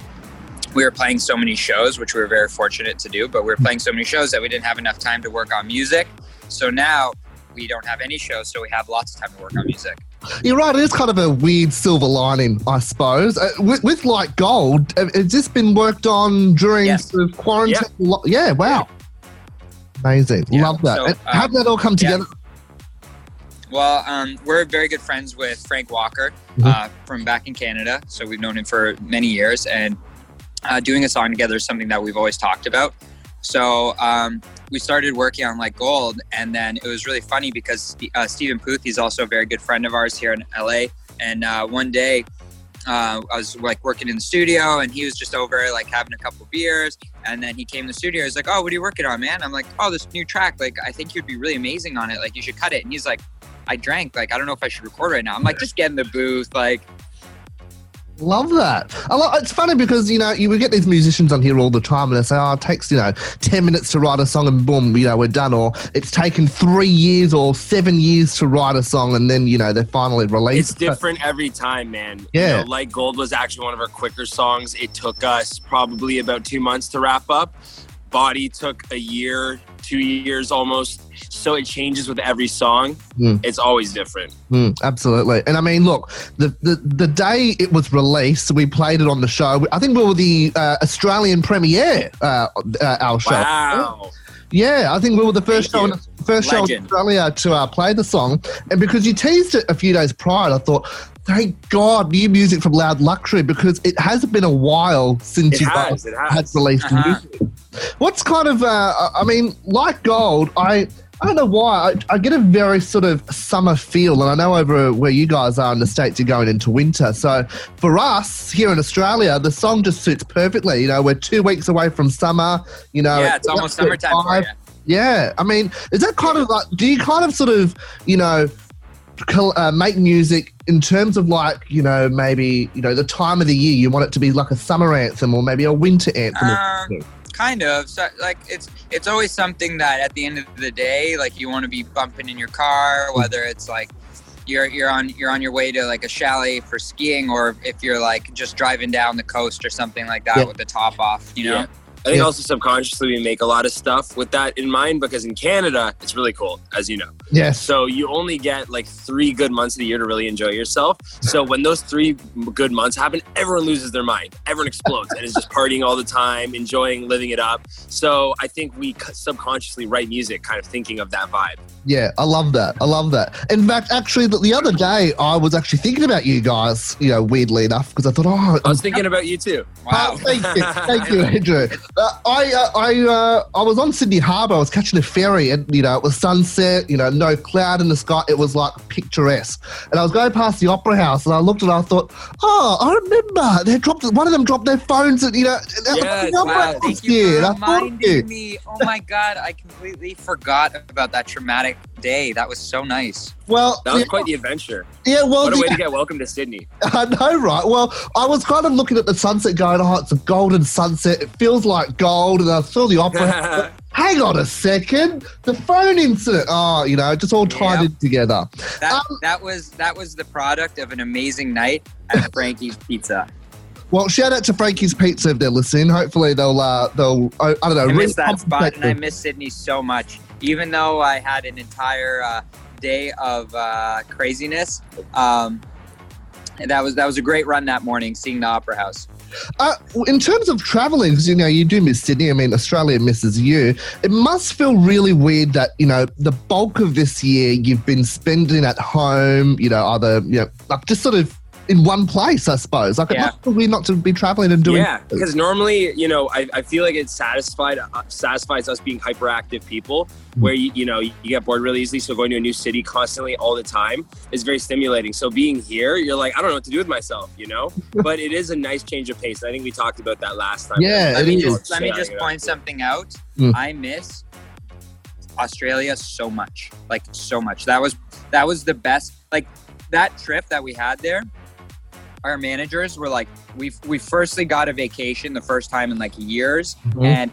[SPEAKER 6] we were playing so many shows, which we were very fortunate to do, but we were playing so many shows that we didn't have enough time to work on music. So now we don't have any shows, so we have lots of time to work on music.
[SPEAKER 12] You're right. It is kind of a weird silver lining, I suppose. Uh, with, with like gold, uh, has this been worked on during
[SPEAKER 6] Yes.
[SPEAKER 12] sort of quarantine? Lo- Yeah. Wow. Amazing.
[SPEAKER 6] Yeah,
[SPEAKER 12] Love that.
[SPEAKER 6] so,
[SPEAKER 12] And How did that all come
[SPEAKER 6] yeah.
[SPEAKER 12] together?
[SPEAKER 6] Well, um, we're very good friends with Frank Walker uh, from back in Canada. So we've known him for many years, and uh, doing a song together is something that we've always talked about. So um, we started working on like Gold, and then it was really funny because uh, Stephen Puth, he's also a very good friend of ours here in LA. And uh, one day, uh, I was like working in the studio, and he was just over like having a couple beers, and then he came to the studio. He's like, "Oh, what are you working on, man?" I'm like, "Oh, this new track. Like, I think you'd be really amazing on it. Like, you should cut it." And he's like. I drank. Like, I don't know if I should record right now. I'm like, just get in the booth. Like,
[SPEAKER 12] Love that. I lo- it's funny because, you know, you we get these musicians on here all the time and they say, oh, it takes, you know, 10 minutes to write a song and boom, you know, we're done. Or it's taken three years or seven years to write a song and then, you know, they finally
[SPEAKER 7] It's
[SPEAKER 12] release it. But-
[SPEAKER 7] different every time, man.
[SPEAKER 12] Yeah.
[SPEAKER 7] You know, like Gold was actually one of our quicker songs. It took us probably about two months to wrap up. Body took a year, two years almost. So it changes with every song.
[SPEAKER 12] Mm.
[SPEAKER 7] It's always different.
[SPEAKER 12] Mm, absolutely. And I mean, look, the, the, the day it was released, we played it on the show. I think we were the uh, Australian premiere, uh, uh, our show.
[SPEAKER 7] Wow.
[SPEAKER 12] Yeah, I think we were the first show
[SPEAKER 7] Thank
[SPEAKER 12] in, first show in
[SPEAKER 7] Legend.
[SPEAKER 12] Australia to uh, play the song, and because you teased it a few days prior, I thought, thank God, new music from Loud Luxury, because it has been a while since
[SPEAKER 7] It
[SPEAKER 12] you
[SPEAKER 7] has,
[SPEAKER 12] guys
[SPEAKER 7] it
[SPEAKER 12] had
[SPEAKER 7] has.
[SPEAKER 12] released
[SPEAKER 6] Uh-huh.
[SPEAKER 12] music. What's kind of, uh, I- I mean, like Gold, I. I don't know why. I, I get a very sort of summer feel, and I know over where you guys are in the states, you're going into winter. So for us here in Australia, the song just suits perfectly. You know, we're two weeks away from summer. You know,
[SPEAKER 6] yeah, it's almost summertime for
[SPEAKER 12] Five,
[SPEAKER 6] you.
[SPEAKER 12] yeah, I mean, is that kind of like? Do you kind of sort of, you know, col- uh, make music in terms of like, you know, maybe you know the time of the year you want it to be like a summer anthem or maybe a winter anthem? or
[SPEAKER 6] Um,
[SPEAKER 12] something?
[SPEAKER 6] Kind of. So, like, it's it's always something that at the end of the day, like, you want to be bumping in your car, whether it's like you're you're on you're on your way to like a chalet for skiing, or if you're like just driving down the coast or something like that
[SPEAKER 12] Yeah.
[SPEAKER 6] with the top off. You know,
[SPEAKER 7] I think
[SPEAKER 12] Yeah.
[SPEAKER 7] also subconsciously we make a lot of stuff with that in mind because in Canada it's really cold, as you know.
[SPEAKER 12] Yes.
[SPEAKER 7] So you only get like three good months of the year to really enjoy yourself. So when those three good months happen, everyone loses their mind. Everyone explodes and is just partying all the time, enjoying living it up. So I think we subconsciously write music kind of thinking of that vibe.
[SPEAKER 12] Yeah, I love that. I love that. In fact, actually, the, the other day I was actually thinking about you guys, you know, weirdly enough, because I thought, oh,
[SPEAKER 7] I was thinking about you too.
[SPEAKER 6] Wow.
[SPEAKER 12] Oh, *laughs* thank you, thank you, Andrew. Uh, I, uh, I, uh, I was on Sydney Harbour. I was catching a ferry, and you know, it was sunset. You know, no cloud in the sky. It was like picturesque. And I was going past the Opera House, and I looked and I thought, oh, I remember they dropped one of them dropped their phones, and you know, and that was
[SPEAKER 7] Yes,
[SPEAKER 12] *laughs* the Opera
[SPEAKER 6] Wow,
[SPEAKER 12] House
[SPEAKER 6] thank you
[SPEAKER 12] there, and
[SPEAKER 6] for
[SPEAKER 12] I thought of you.
[SPEAKER 6] reminding me. Oh my god, I completely forgot about that traumatic day. That was so nice.
[SPEAKER 12] Well,
[SPEAKER 7] That was
[SPEAKER 12] yeah,
[SPEAKER 7] quite the adventure.
[SPEAKER 12] yeah, well,
[SPEAKER 7] What a
[SPEAKER 12] the-
[SPEAKER 7] way to get welcome to Sydney.
[SPEAKER 12] *laughs*
[SPEAKER 7] *laughs*
[SPEAKER 12] I know, right? Well, I was kind of looking at the sunset going, oh, it's a golden sunset. It feels like gold. And I saw
[SPEAKER 7] *laughs*
[SPEAKER 12] the opera. Hang on a second. The phone incident. Oh, you know, just all tied
[SPEAKER 6] Yeah.
[SPEAKER 12] in together.
[SPEAKER 6] That
[SPEAKER 12] Um,
[SPEAKER 6] that was that was the product of an amazing night at Frankie's Pizza.
[SPEAKER 12] Well, shout out to Frankie's Pizza if they're listening. Hopefully they'll, uh, they'll I, I don't know.
[SPEAKER 6] I
[SPEAKER 12] really
[SPEAKER 6] miss that spot, and I
[SPEAKER 12] compensate
[SPEAKER 6] miss Sydney so much. Even though I had an entire uh, day of uh, craziness, um, and that was that was a great run that morning, seeing the Opera House.
[SPEAKER 12] them. Uh, in terms of traveling, because, you know, you do miss Sydney. I mean, Australia misses you. It must feel really weird that, you know, the bulk of this year you've been spending at home, you know, either, you know, like just sort of in one place, I suppose. Like,
[SPEAKER 6] Yeah.
[SPEAKER 12] it must feel weird not to be traveling and doing.
[SPEAKER 7] yeah because normally you know I, I feel like it satisfied uh, satisfies us being hyperactive people
[SPEAKER 12] Hmm.
[SPEAKER 7] where you, you know you get bored really easily so going to a new city constantly all the time is very stimulating so being here you're like i don't know what to do with myself you
[SPEAKER 12] *laughs*
[SPEAKER 7] know but it is a nice change of pace i think we talked about that last time
[SPEAKER 12] Yeah,
[SPEAKER 7] I
[SPEAKER 12] it
[SPEAKER 6] Let me
[SPEAKER 12] is.
[SPEAKER 6] just let me
[SPEAKER 7] Yeah,
[SPEAKER 6] just
[SPEAKER 7] yeah.
[SPEAKER 6] point something out.
[SPEAKER 12] Mm.
[SPEAKER 6] I miss Australia so much, like so much. That was that was the best. Like that trip that we had there. Our managers were like, we we firstly got a vacation the first time in like years,
[SPEAKER 12] Mhm.
[SPEAKER 6] and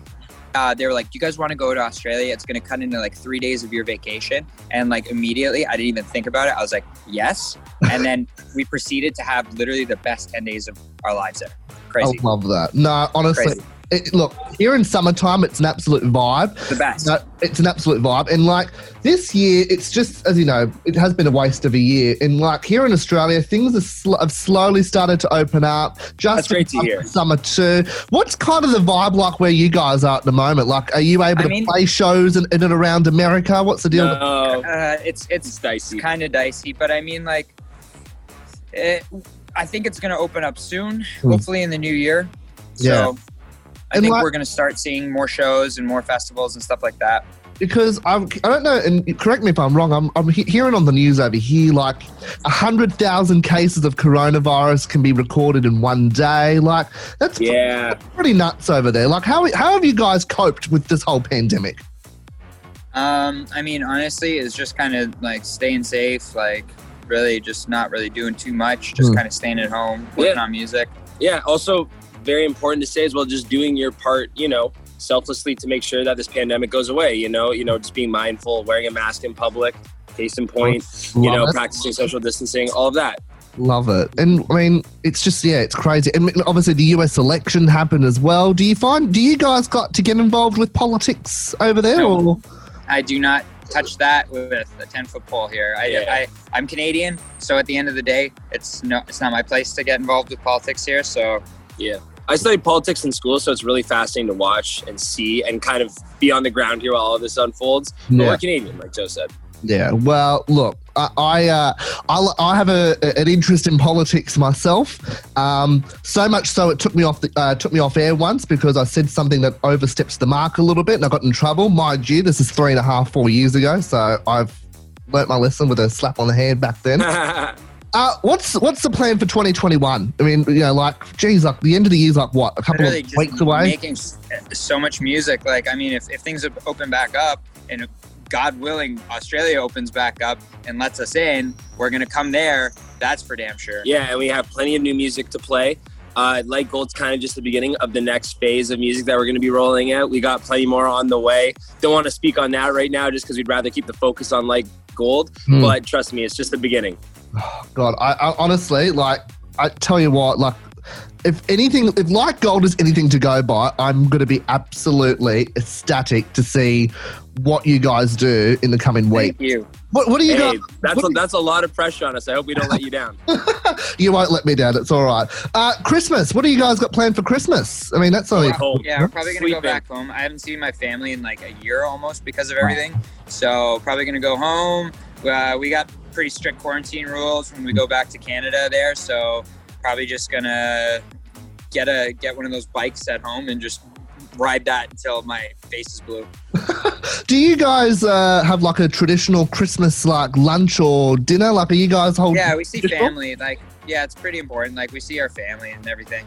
[SPEAKER 6] uh, they were like, "You guys want to go to Australia? It's going to cut into like three days of your vacation." And like immediately, I didn't even think about it. I was like, "Yes," and then we proceeded to have literally the best ten days of our lives there. Crazy,
[SPEAKER 12] I love that. No, honestly,
[SPEAKER 6] Crazy.
[SPEAKER 12] it, look, here in summertime, it's an absolute vibe.
[SPEAKER 6] the best.
[SPEAKER 12] No, it's an absolute vibe. And like this year, it's just as you know, it has been a waste of a year. And like here in Australia, things are sl- have slowly started to open up.
[SPEAKER 7] That's
[SPEAKER 12] Just
[SPEAKER 7] great to
[SPEAKER 12] in time
[SPEAKER 7] hear.
[SPEAKER 12] for summer too. What's kind of the vibe like where you guys are at the moment? Like, are you able
[SPEAKER 6] I
[SPEAKER 12] to
[SPEAKER 6] mean-
[SPEAKER 12] play shows in, in and around America? What's the deal?
[SPEAKER 7] no,
[SPEAKER 6] Uh, it's
[SPEAKER 7] it's
[SPEAKER 6] it's
[SPEAKER 7] dicey
[SPEAKER 6] kind of dicey, but I mean, like, it, I think it's going to open up soon,
[SPEAKER 12] Hmm.
[SPEAKER 6] hopefully in the new year.
[SPEAKER 12] Yeah.
[SPEAKER 6] So I
[SPEAKER 12] And
[SPEAKER 6] think
[SPEAKER 12] like-
[SPEAKER 6] we're going to start seeing more shows and more festivals and stuff like that.
[SPEAKER 12] because I'm, I don't know, and correct me if I'm wrong, I'm, I'm he- hearing on the news over here like 100,000 cases of coronavirus can be recorded in one day. Like, that's
[SPEAKER 7] yeah
[SPEAKER 12] pretty nuts over there. Like, how, how have you guys coped with this whole pandemic?
[SPEAKER 6] Um, I mean, honestly, it's just kind of like staying safe, like really just not really doing too much, just
[SPEAKER 12] Hmm.
[SPEAKER 6] kind of staying at home, working
[SPEAKER 7] Yeah.
[SPEAKER 6] on music.
[SPEAKER 7] yeah also very important to say as well just doing your part you know selflessly to make sure that this pandemic goes away you know you know just being mindful wearing a mask in public case in point you
[SPEAKER 12] Love
[SPEAKER 7] know
[SPEAKER 12] it.
[SPEAKER 7] practicing social distancing all of that
[SPEAKER 12] Love it. And I mean, it's just, yeah, it's crazy. And obviously, the US election happened as well. Do you find, do you guys got to get involved with politics over there?
[SPEAKER 6] No.
[SPEAKER 12] Or?
[SPEAKER 6] I do not touch that with a ten foot pole here. I,
[SPEAKER 7] Yeah.
[SPEAKER 6] I I'm Canadian, so at the end of the day, it's no it's not my place to get involved with politics here. So
[SPEAKER 7] i studied politics in school so it's really fascinating to watch and see and kind of be on the ground here while all this unfolds but
[SPEAKER 12] Yeah.
[SPEAKER 7] we're canadian like joe said *laughs*
[SPEAKER 12] Yeah. Well, look, I I, uh, I, I have a, an interest in politics myself. Um, so much so it took me off the, uh, took me off air once because I said something that oversteps the mark a little bit, and I got in trouble. Mind you, this is three and a half, four years ago, so I've learnt my lesson with a slap on the hand back
[SPEAKER 7] *laughs*
[SPEAKER 12] then. uh, what's what's the plan for 2021? I mean, you know, like, geez, like the end of the year's like what a couple
[SPEAKER 6] literally
[SPEAKER 12] of
[SPEAKER 6] just
[SPEAKER 12] weeks away.
[SPEAKER 6] making s- so much music. Like I mean, if, if things open back up and if, God willing, Australia opens back up and lets us in, we're gonna come there. That's for damn sure.
[SPEAKER 7] Yeah, and we have plenty of new music to play. Uh, Light Gold's kind of just the beginning of the next phase of music that we're going to be rolling out. We got plenty more on the way. Don't want to speak on that right now just because we'd rather keep the focus on Light Gold.
[SPEAKER 12] Hmm.
[SPEAKER 7] But trust me, it's just the beginning.
[SPEAKER 12] God, I, I honestly like. I tell you what, like if anything, if Like Gold is anything to go by, I'm going to be absolutely ecstatic to see what you guys do in the coming week.
[SPEAKER 6] Thank you.
[SPEAKER 12] What, what are you
[SPEAKER 7] Hey,
[SPEAKER 12] guys?
[SPEAKER 7] that's
[SPEAKER 12] what
[SPEAKER 7] a,
[SPEAKER 12] do you-
[SPEAKER 7] that's a lot of pressure on us. I hope we don't let you
[SPEAKER 6] *laughs*
[SPEAKER 7] down.
[SPEAKER 12] You won't let me down. It's all right. Uh, Christmas. What do you guys got planned for Christmas? I mean, that's all.
[SPEAKER 7] Home.
[SPEAKER 6] Yeah, we're probably gonna
[SPEAKER 7] Sweet
[SPEAKER 6] go
[SPEAKER 7] babe.
[SPEAKER 6] back home. I haven't seen my family in like a year almost because of everything. So probably gonna go home. Uh, we got pretty strict quarantine rules when we go back to Canada there. So probably just gonna get a get one of those bikes at home and just ride that until my face is blue.
[SPEAKER 12] Do you guys uh, have like a traditional Christmas like lunch or dinner? Like, are you guys
[SPEAKER 7] Oh,
[SPEAKER 12] holding?
[SPEAKER 6] Yeah, we see
[SPEAKER 12] traditional?
[SPEAKER 6] family. Like yeah, it's pretty important. Like we see our family and everything.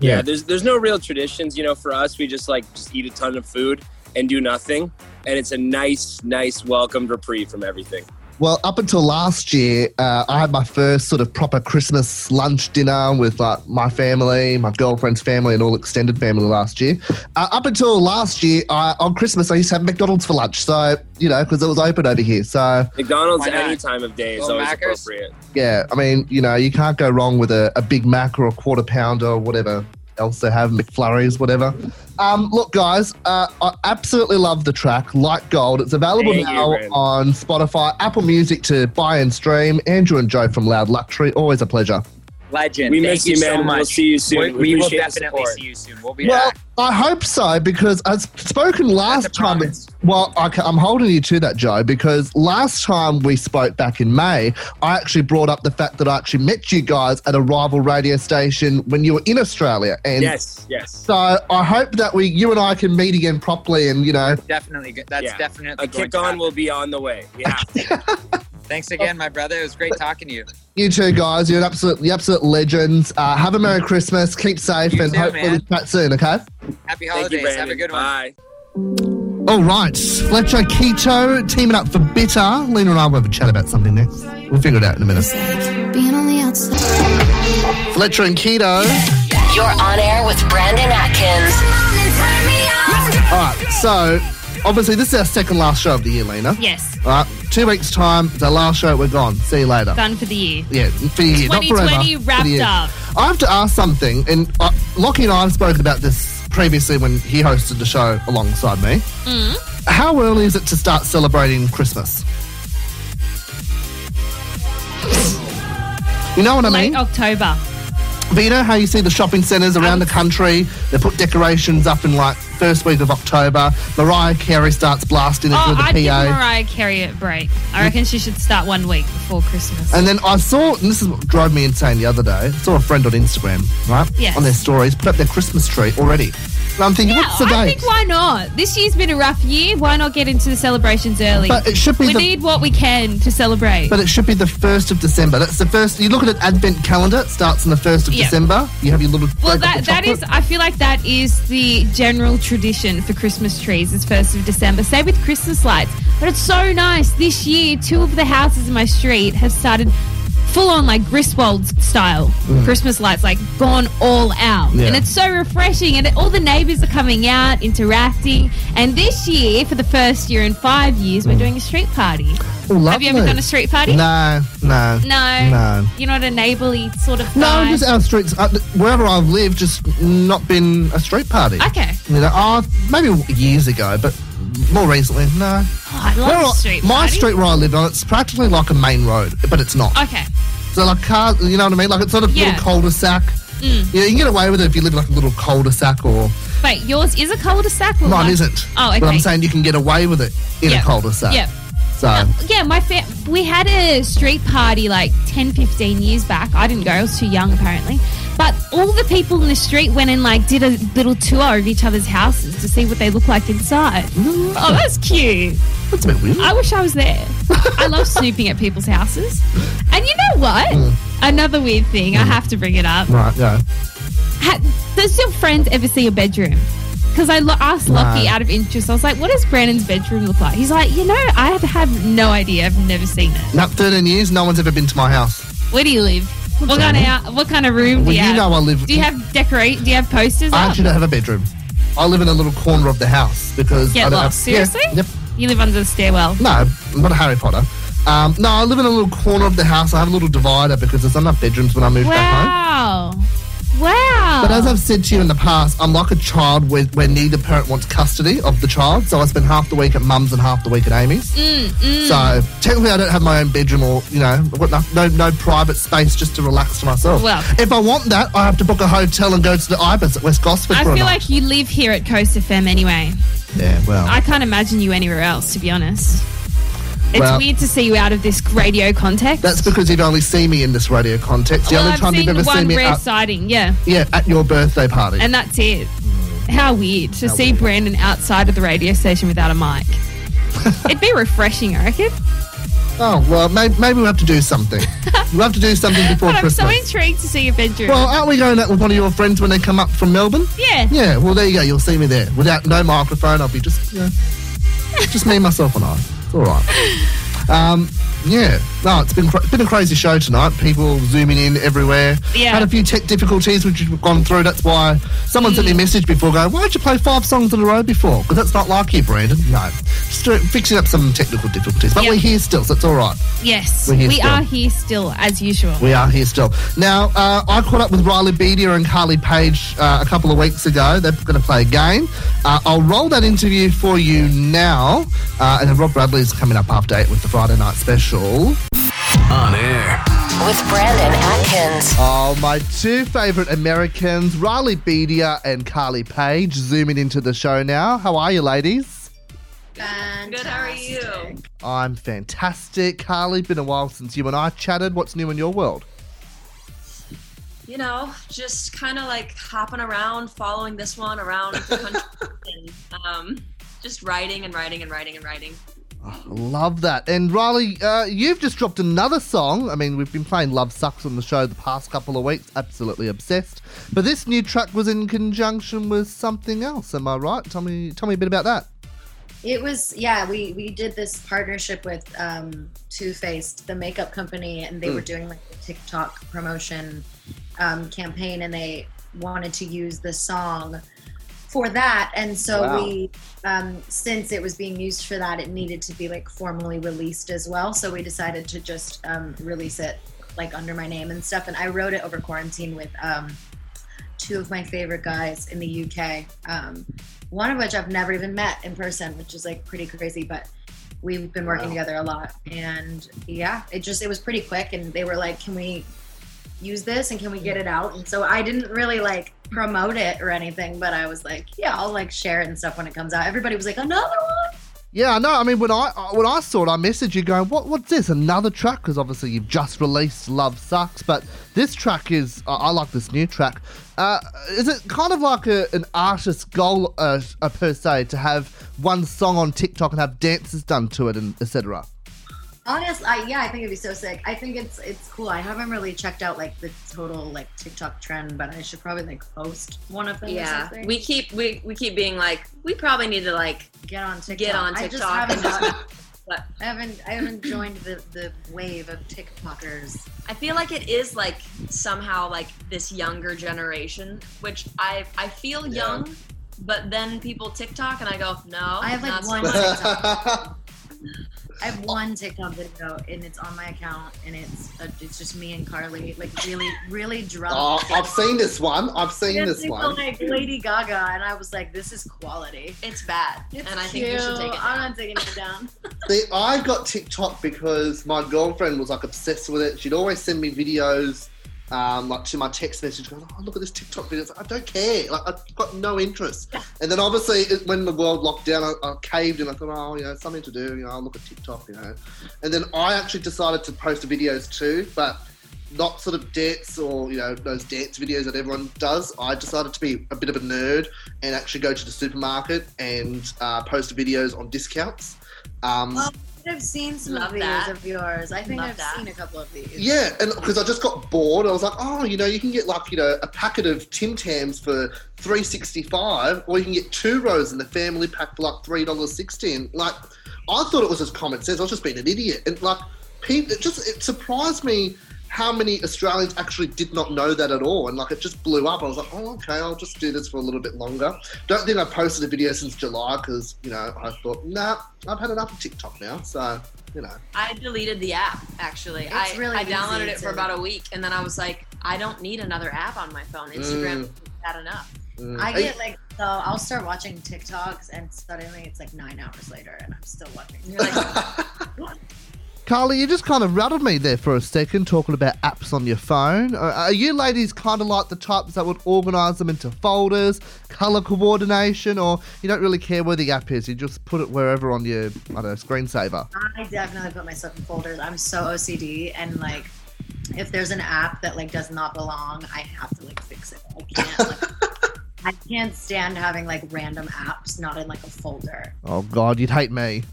[SPEAKER 7] yeah.
[SPEAKER 12] Yeah.
[SPEAKER 7] there's there's no real traditions you know for us we just like just eat a ton of food and do nothing and it's a nice nice welcomed reprieve from everything
[SPEAKER 12] Well, up until last year, uh, I had my first sort of proper Christmas lunch dinner with like my family, my girlfriend's family, and all extended family last year. Uh, up until last year, I, on Christmas, I used to have McDonald's for lunch. So you know, because it was open over here. So
[SPEAKER 7] mcdonald's
[SPEAKER 6] Why not?
[SPEAKER 7] any time of day is
[SPEAKER 6] Little
[SPEAKER 7] always
[SPEAKER 6] Macca's?
[SPEAKER 7] appropriate
[SPEAKER 12] yeah, I mean, you know, you can't go wrong with a, a Big Mac or a quarter pounder or whatever else they have, McFlurries, whatever. Um, look, guys, uh, I absolutely love the track, Like Gold. It's available
[SPEAKER 7] Thank you,
[SPEAKER 12] now
[SPEAKER 7] Brandon.
[SPEAKER 12] on Spotify, Apple Music to buy and stream. Andrew and Joe from Loud Luxury, always a pleasure.
[SPEAKER 6] Legend.
[SPEAKER 7] we
[SPEAKER 6] Thank
[SPEAKER 7] miss
[SPEAKER 6] you
[SPEAKER 7] you
[SPEAKER 6] so
[SPEAKER 7] man
[SPEAKER 6] much.
[SPEAKER 7] we'll see you soon
[SPEAKER 6] We, we will
[SPEAKER 7] appreciate the
[SPEAKER 6] definitely
[SPEAKER 7] support.
[SPEAKER 6] see you soon. We'll be
[SPEAKER 12] Well,
[SPEAKER 6] back.
[SPEAKER 12] I hope so because I've spoken
[SPEAKER 6] That's a
[SPEAKER 12] last time.
[SPEAKER 6] promise.
[SPEAKER 12] Well, I, ca- I'm holding you to that, Joe, because last time we spoke back in May, I actually brought up the fact that I actually met you guys at a rival radio station when you were in Australia, and
[SPEAKER 7] yes yes
[SPEAKER 12] so I hope that we, you and I, can meet again properly, and you know,
[SPEAKER 6] Definitely. good. That's
[SPEAKER 7] Yeah.
[SPEAKER 6] definitely.
[SPEAKER 7] a
[SPEAKER 6] going
[SPEAKER 7] kick
[SPEAKER 6] to
[SPEAKER 7] on
[SPEAKER 6] happen.
[SPEAKER 7] will be on the way yeah
[SPEAKER 6] *laughs* Thanks again, my brother. It was great talking to you.
[SPEAKER 12] you two guys, you're an absolute, you absolute legends. Uh, have a merry Christmas, keep safe,
[SPEAKER 6] You
[SPEAKER 12] and
[SPEAKER 6] too,
[SPEAKER 12] hopefully
[SPEAKER 6] man.
[SPEAKER 12] we chat soon. Okay.
[SPEAKER 6] Happy
[SPEAKER 7] thank you
[SPEAKER 6] holidays.
[SPEAKER 7] Brandon.
[SPEAKER 6] Have a good one.
[SPEAKER 7] bye
[SPEAKER 12] All right, Fletcher Keto teaming up for Bitter. Lena and I will have a chat about something next. We'll figure it out in a minute. Fletcher and Keto.
[SPEAKER 1] You're on air with Brandon Atkins.
[SPEAKER 12] All right, so obviously this is our second last show of the year, Lena.
[SPEAKER 14] Yes.
[SPEAKER 12] All right, two weeks time. It's our last show. We're gone. See you later.
[SPEAKER 14] Done for the year.
[SPEAKER 12] Yeah, for the year, not forever.
[SPEAKER 14] 2020
[SPEAKER 12] for the year.
[SPEAKER 14] wrapped
[SPEAKER 12] I have to ask something, and uh, Lockie and I have spoken about this previously when he hosted the show alongside me. How early is it to start celebrating Christmas? You know what I
[SPEAKER 14] Late
[SPEAKER 12] mean?
[SPEAKER 14] October.
[SPEAKER 12] But you know how you see the shopping centres around the country? They put decorations up in like first week of October. Mariah Carey starts blasting it
[SPEAKER 14] Oh,
[SPEAKER 12] with the
[SPEAKER 14] I'd give
[SPEAKER 12] PA.
[SPEAKER 14] Mariah Carey a break. I reckon she should start one week before Christmas.
[SPEAKER 12] And then I saw, and this is what drove me insane the other day. I saw a friend on Instagram, right?
[SPEAKER 14] Yes.
[SPEAKER 12] On their stories, put up their Christmas tree already. And I'm thinking,
[SPEAKER 14] yeah,
[SPEAKER 12] what's the
[SPEAKER 14] I
[SPEAKER 12] date?
[SPEAKER 14] think why not? This year's been a rough year. Why not get into the celebrations early?
[SPEAKER 12] But it should be
[SPEAKER 14] we
[SPEAKER 12] the-
[SPEAKER 14] need what we can to celebrate.
[SPEAKER 12] but it should be the 1st of December. That's the first. You look at an advent calendar, it starts on the 1st of
[SPEAKER 14] Yeah.
[SPEAKER 12] December. You have your little.
[SPEAKER 14] well,
[SPEAKER 12] break up
[SPEAKER 14] that,
[SPEAKER 12] the
[SPEAKER 14] that is,
[SPEAKER 12] chocolate.
[SPEAKER 14] I feel like that is the general tradition for Christmas trees is 1st of December. Same with Christmas lights. But it's so nice. This year, two of the houses in my street have started full on like Griswold style Christmas lights, like gone all out.
[SPEAKER 12] Mm. Yeah.
[SPEAKER 14] And it's so refreshing. And all the neighbors are coming out, interacting. And this year, for the first year in five years, we're doing a street party.
[SPEAKER 12] Oh,
[SPEAKER 14] Have you ever
[SPEAKER 12] Mm. lovely.
[SPEAKER 14] done a street party?
[SPEAKER 12] No, no.
[SPEAKER 14] No.
[SPEAKER 12] No.
[SPEAKER 14] You're not a neighbourly sort of
[SPEAKER 12] No,
[SPEAKER 14] guy.
[SPEAKER 12] just our streets. Uh, wherever I've lived, just not been a street party.
[SPEAKER 14] Okay.
[SPEAKER 12] You know, oh, maybe years ago, but more recently, no.
[SPEAKER 14] Oh, I love
[SPEAKER 12] Where I-
[SPEAKER 14] street
[SPEAKER 12] my
[SPEAKER 14] party.
[SPEAKER 12] street where I live on, it's practically like a main road, but it's not.
[SPEAKER 14] Okay.
[SPEAKER 12] So like car, you know what I mean? Like it's sort of
[SPEAKER 14] Yeah. Mm.
[SPEAKER 12] little cul-de-sac. Yeah, you can get away with it if you live in like a little cul-de-sac or
[SPEAKER 14] Wait, yours is a cul-de-sac? Or
[SPEAKER 12] mine
[SPEAKER 14] what?
[SPEAKER 12] isn't.
[SPEAKER 14] Oh, okay.
[SPEAKER 12] But I'm saying you can get away with it in
[SPEAKER 14] Yeah.
[SPEAKER 12] a cul-de-sac.
[SPEAKER 14] Yeah.
[SPEAKER 12] So
[SPEAKER 14] Yeah, my fa- we had a street party like 10, 15 years back. I didn't go, I was too young apparently. But all the people in the street went and like did a little tour of each other's houses to see what they look like inside. Oh, that's cute.
[SPEAKER 12] that's a bit weird.
[SPEAKER 14] I wish I was there. I love snooping at people's houses. And you know what? Another weird thing, I have to bring it up.
[SPEAKER 12] right, yeah.
[SPEAKER 14] Ha- does your friends ever see your bedroom? Because I lo- asked Lockie
[SPEAKER 12] No.
[SPEAKER 14] out of interest. I was like, "What does Brandon's bedroom look like?" He's like, "You know, I have- have no idea. I've never seen it.
[SPEAKER 12] Now, 13 years, no one's ever been to my house.
[SPEAKER 14] Where do you live? What kind of hou- what kind of room
[SPEAKER 12] Well,
[SPEAKER 14] do you,
[SPEAKER 12] you
[SPEAKER 14] have?
[SPEAKER 12] know I live-
[SPEAKER 14] Do you have decorate? Do you have posters?
[SPEAKER 12] I
[SPEAKER 14] up?
[SPEAKER 12] actually don't have a bedroom. I live in a little corner of the house because I
[SPEAKER 14] Get
[SPEAKER 12] don't
[SPEAKER 14] lost.
[SPEAKER 12] have-
[SPEAKER 14] Seriously?
[SPEAKER 12] Yeah, yep.
[SPEAKER 14] You live under the stairwell.
[SPEAKER 12] No, I'm not a Harry Potter. Um, no, I live in a little corner of the house. I have a little divider because there's not enough bedrooms when I moved back home.
[SPEAKER 14] Wow. Wow.
[SPEAKER 12] But as I've said to you in the past, I'm like a child where, where neither parent wants custody of the child. So I spend half the week at mum's and half the week at Amy's.
[SPEAKER 14] Mm,
[SPEAKER 12] So technically, I don't have my own bedroom or, you know, I've got no, no, no private space just to relax to myself.
[SPEAKER 14] Well-
[SPEAKER 12] if I want that, I have to book a hotel and go to the Ibis at West Gosford
[SPEAKER 14] I
[SPEAKER 12] for a
[SPEAKER 14] feel
[SPEAKER 12] night.
[SPEAKER 14] like you live here at Coast FM anyway.
[SPEAKER 12] yeah, well.
[SPEAKER 14] I can't imagine you anywhere else, to be honest. It's
[SPEAKER 12] Well-
[SPEAKER 14] weird to see you out of this radio context.
[SPEAKER 12] that's because you've only seen me in this radio context. The
[SPEAKER 14] well,
[SPEAKER 12] only
[SPEAKER 14] I've
[SPEAKER 12] time
[SPEAKER 14] seen
[SPEAKER 12] you've ever
[SPEAKER 14] one
[SPEAKER 12] seen me
[SPEAKER 14] rare
[SPEAKER 12] at,
[SPEAKER 14] sighting, yeah,
[SPEAKER 12] yeah, at your birthday party.
[SPEAKER 14] and that's it. How weird to
[SPEAKER 12] Mm. How
[SPEAKER 14] see
[SPEAKER 12] weird.
[SPEAKER 14] Brandon outside of the radio station without
[SPEAKER 12] *laughs*
[SPEAKER 14] a mic. It'd be refreshing, I reckon.
[SPEAKER 12] oh, well, maybe, maybe we'll have to do
[SPEAKER 14] *laughs*
[SPEAKER 12] something. we'll have to do something before
[SPEAKER 14] But I'm
[SPEAKER 12] Christmas.
[SPEAKER 14] so intrigued to see your bedroom.
[SPEAKER 12] Well, aren't we going out with one of your friends when they come up from Melbourne?
[SPEAKER 14] yeah.
[SPEAKER 12] Yeah, well, there you go. You'll see me there. Without no microphone, I'll be just, you know, just me, myself, and I. It's all right. Um, yeah, no, it's been cra- been a crazy show tonight. People zooming in everywhere.
[SPEAKER 14] Yeah.
[SPEAKER 12] Had a few tech difficulties which we've gone through. That's why someone sent me a message before going, why did you play five songs in a row before? Because that's not like you, Brandon. No. Just uh, fixing up some technical difficulties. But
[SPEAKER 14] Yep.
[SPEAKER 12] we're here still, so it's all right.
[SPEAKER 14] Yes,
[SPEAKER 12] We're here
[SPEAKER 14] we
[SPEAKER 12] still.
[SPEAKER 14] are here still as usual.
[SPEAKER 12] We are here still. Now, uh, I caught up with Riley Bedia and Carly Page uh, a couple of weeks ago. They're going to play a game. Uh, I'll roll that interview for you now. Uh, and then Rob Bradley's coming up after 8 with the Friday night special.
[SPEAKER 16] On air.
[SPEAKER 17] With Brandon Atkins.
[SPEAKER 12] Oh, my two favourite Americans, Riley Bedia and Carly Page, zooming into the show now. How are you, ladies? Good, how are you? I'm fantastic. Carly, been a while since you and I chatted. What's new in your world?
[SPEAKER 10] you know, just kind of like hopping around, following this one around the country, and, um, just writing and writing and writing and writing.
[SPEAKER 12] Love that. And Riley, uh, you've just dropped another song. I mean, we've been playing Love Sucks on the show the past couple of weeks. Absolutely obsessed. But this new track was in conjunction with something else. Am I right? Tell me, tell me a bit about that.
[SPEAKER 6] It was yeah. We we did this partnership with um, Too Faced, the makeup company, and they were
[SPEAKER 12] Mm.
[SPEAKER 6] doing like a TikTok promotion um, campaign, and they wanted to use the song for that. And so
[SPEAKER 18] Wow.
[SPEAKER 6] we, um, since it was being used for that, it needed to be like formally released as well. So we decided to just um, release it like under my name and stuff. And I wrote it over quarantine with um, two of my favorite guys in the UK. Um, one of which I've never even met in person, which is like pretty crazy, but we've been working
[SPEAKER 19] Wow.
[SPEAKER 6] together a lot. And yeah, it just, it was pretty quick. And they were like, can we use this and can we get it out? And so I didn't really like promote it or anything, but I was like, yeah, I'll like share it and stuff when it comes out. Everybody was like, another one.
[SPEAKER 12] Yeah, I know. I mean, when I I- when I saw it, I messaged you going, "What? What's this? Another track?" Because obviously you've just released "Love Sucks," but this track is. I, I like this new track. Uh, is it kind of like a, an artist's goal uh, uh, per se to have one song on TikTok and have dances done to it and etc.
[SPEAKER 6] Honestly, I, yeah, I think it'd be so sick. I think it's, it's cool. I haven't really checked out like the total like TikTok trend, but I should probably like post one of them. or
[SPEAKER 10] Yeah,
[SPEAKER 6] something.
[SPEAKER 10] we keep we, we keep being like we probably need to like
[SPEAKER 6] get on TikTok.
[SPEAKER 10] Get on
[SPEAKER 6] I
[SPEAKER 10] TikTok. *laughs*
[SPEAKER 6] just haven't gotten-
[SPEAKER 10] But-
[SPEAKER 6] I haven't I haven't joined the, the wave of TikTokers.
[SPEAKER 10] I feel like it is like somehow like this younger generation, which I I feel young, but then people TikTok and I go no.
[SPEAKER 6] I have like
[SPEAKER 10] not so
[SPEAKER 12] *laughs*
[SPEAKER 6] one *laughs*
[SPEAKER 10] much."
[SPEAKER 12] Oh,
[SPEAKER 6] TikTok. I have one TikTok video and it's on my account and it's uh it's just me and Carly like really really drunk.
[SPEAKER 12] I've seen this one. I've
[SPEAKER 6] Dancing to, like Lady Gaga and I was like this is quality.
[SPEAKER 10] It's bad
[SPEAKER 6] it's
[SPEAKER 10] and I think we should take it
[SPEAKER 6] I'm not taking it down.
[SPEAKER 12] See, I got TikTok because my girlfriend was like obsessed with it. She'd always send me videos, um, like to my text message, going, "Oh, look at this TikTok video." It's like, I don't care. Like I've got no interest. And then obviously, it, when the world locked down, I, I caved and I thought, "Oh, you know, something to do. You know, I'll look at TikTok." You know, and then I actually decided to post the videos too, but not sort of dance or you know those dance videos that everyone does. I decided to be a bit of a nerd and actually go to the supermarket and uh, post videos on discounts. Um,
[SPEAKER 6] Oh, I've seen some
[SPEAKER 10] Love
[SPEAKER 6] of these
[SPEAKER 10] that.
[SPEAKER 6] of yours. I think
[SPEAKER 10] Love
[SPEAKER 6] I've
[SPEAKER 10] that.
[SPEAKER 6] seen a couple of these.
[SPEAKER 12] Yeah, and because I just got bored, I was like, oh, you know, you can get like you know a packet of Tim Tams for three sixty five, or you can get two rows in the family pack for like three dollars sixteen. Like, I thought it was just common sense. I was just being an idiot, and like, people, it just it surprised me how many Australians actually did not know that at all. And like it just blew up. I was like, oh, okay, I'll just do this for a little bit longer. Don't think I've posted a video since July because, you know, I thought, nah, I've had enough of TikTok now. So, you know.
[SPEAKER 10] I deleted the app actually.
[SPEAKER 6] It's
[SPEAKER 10] I,
[SPEAKER 6] really
[SPEAKER 10] I downloaded
[SPEAKER 6] easy
[SPEAKER 10] it for
[SPEAKER 6] to-
[SPEAKER 10] about a week and then I was like, I don't need another app on my phone. Instagram
[SPEAKER 12] Mm.
[SPEAKER 10] is bad enough.
[SPEAKER 6] I get like so I'll start watching TikToks and suddenly it's like nine hours later and I'm still watching.
[SPEAKER 12] Carly, you just kind of rattled me there for a second talking about apps on your phone. Are- Are you ladies kind of like the types that would organise them into folders, colour coordination, or you don't really care where the app is? You just put it wherever on your, I don't know, screensaver?
[SPEAKER 6] I definitely put myself in folders. I'm so OCD and like if there's an app that like does not belong, I have to like fix it. I can't
[SPEAKER 10] *laughs*
[SPEAKER 6] like, I can't stand having like random apps not in like a folder.
[SPEAKER 12] Oh, God, you'd hate me.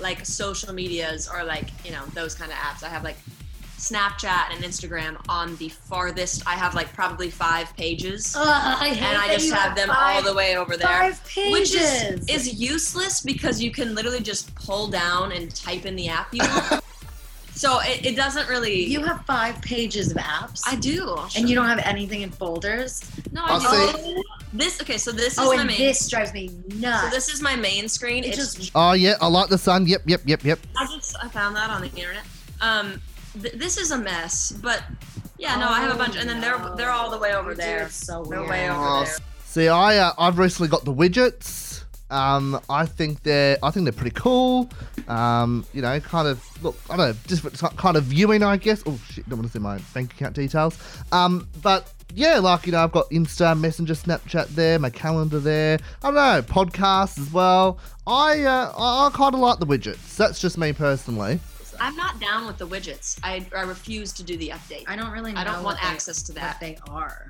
[SPEAKER 10] Like social medias or like, you know, those kind of apps. I have like Snapchat and Instagram on the farthest. I have like probably five pages.
[SPEAKER 6] Ugh, Oh, I hate
[SPEAKER 10] and I
[SPEAKER 6] that
[SPEAKER 10] just
[SPEAKER 6] you
[SPEAKER 10] have
[SPEAKER 6] have
[SPEAKER 10] them all
[SPEAKER 6] five-
[SPEAKER 10] the way over there.
[SPEAKER 6] five
[SPEAKER 10] Which
[SPEAKER 6] pages.
[SPEAKER 10] is, is useless because you can literally just pull down and type in the app you
[SPEAKER 6] *laughs*
[SPEAKER 10] want. so it, it doesn't really.
[SPEAKER 6] You have five pages of apps.
[SPEAKER 10] I do.
[SPEAKER 6] And you don't have anything in folders.
[SPEAKER 10] No, I do. This okay, so this
[SPEAKER 6] Oh,
[SPEAKER 10] is my
[SPEAKER 6] and
[SPEAKER 10] main.
[SPEAKER 6] this drives me nuts.
[SPEAKER 10] so this is my main screen. It's just
[SPEAKER 12] Oh, yeah, I like the sun. Yep, yep, yep, yep.
[SPEAKER 10] I just I found that on the internet. Um, th- this is a mess, but yeah, no, I have a bunch, and then they're they're all the way over there.
[SPEAKER 6] So
[SPEAKER 10] they're way over
[SPEAKER 12] Oh,
[SPEAKER 10] there.
[SPEAKER 12] See, I uh, I've recently got the widgets. Um, I think they're I think they're pretty cool. Um, you know, kind of look, I don't know, different t- kind of viewing, I guess. Oh shit, don't want to see my bank account details. Um, but yeah, like you know, I've got Insta, Messenger, Snapchat there, my calendar there. I don't know, podcasts as well. I uh, I, I kind of like the widgets. That's just me personally.
[SPEAKER 10] I'm not down with the widgets. I, I refuse to do the update. I
[SPEAKER 6] don't really.
[SPEAKER 10] I don't
[SPEAKER 6] know
[SPEAKER 10] want
[SPEAKER 6] what they-
[SPEAKER 10] access to that.
[SPEAKER 6] they are.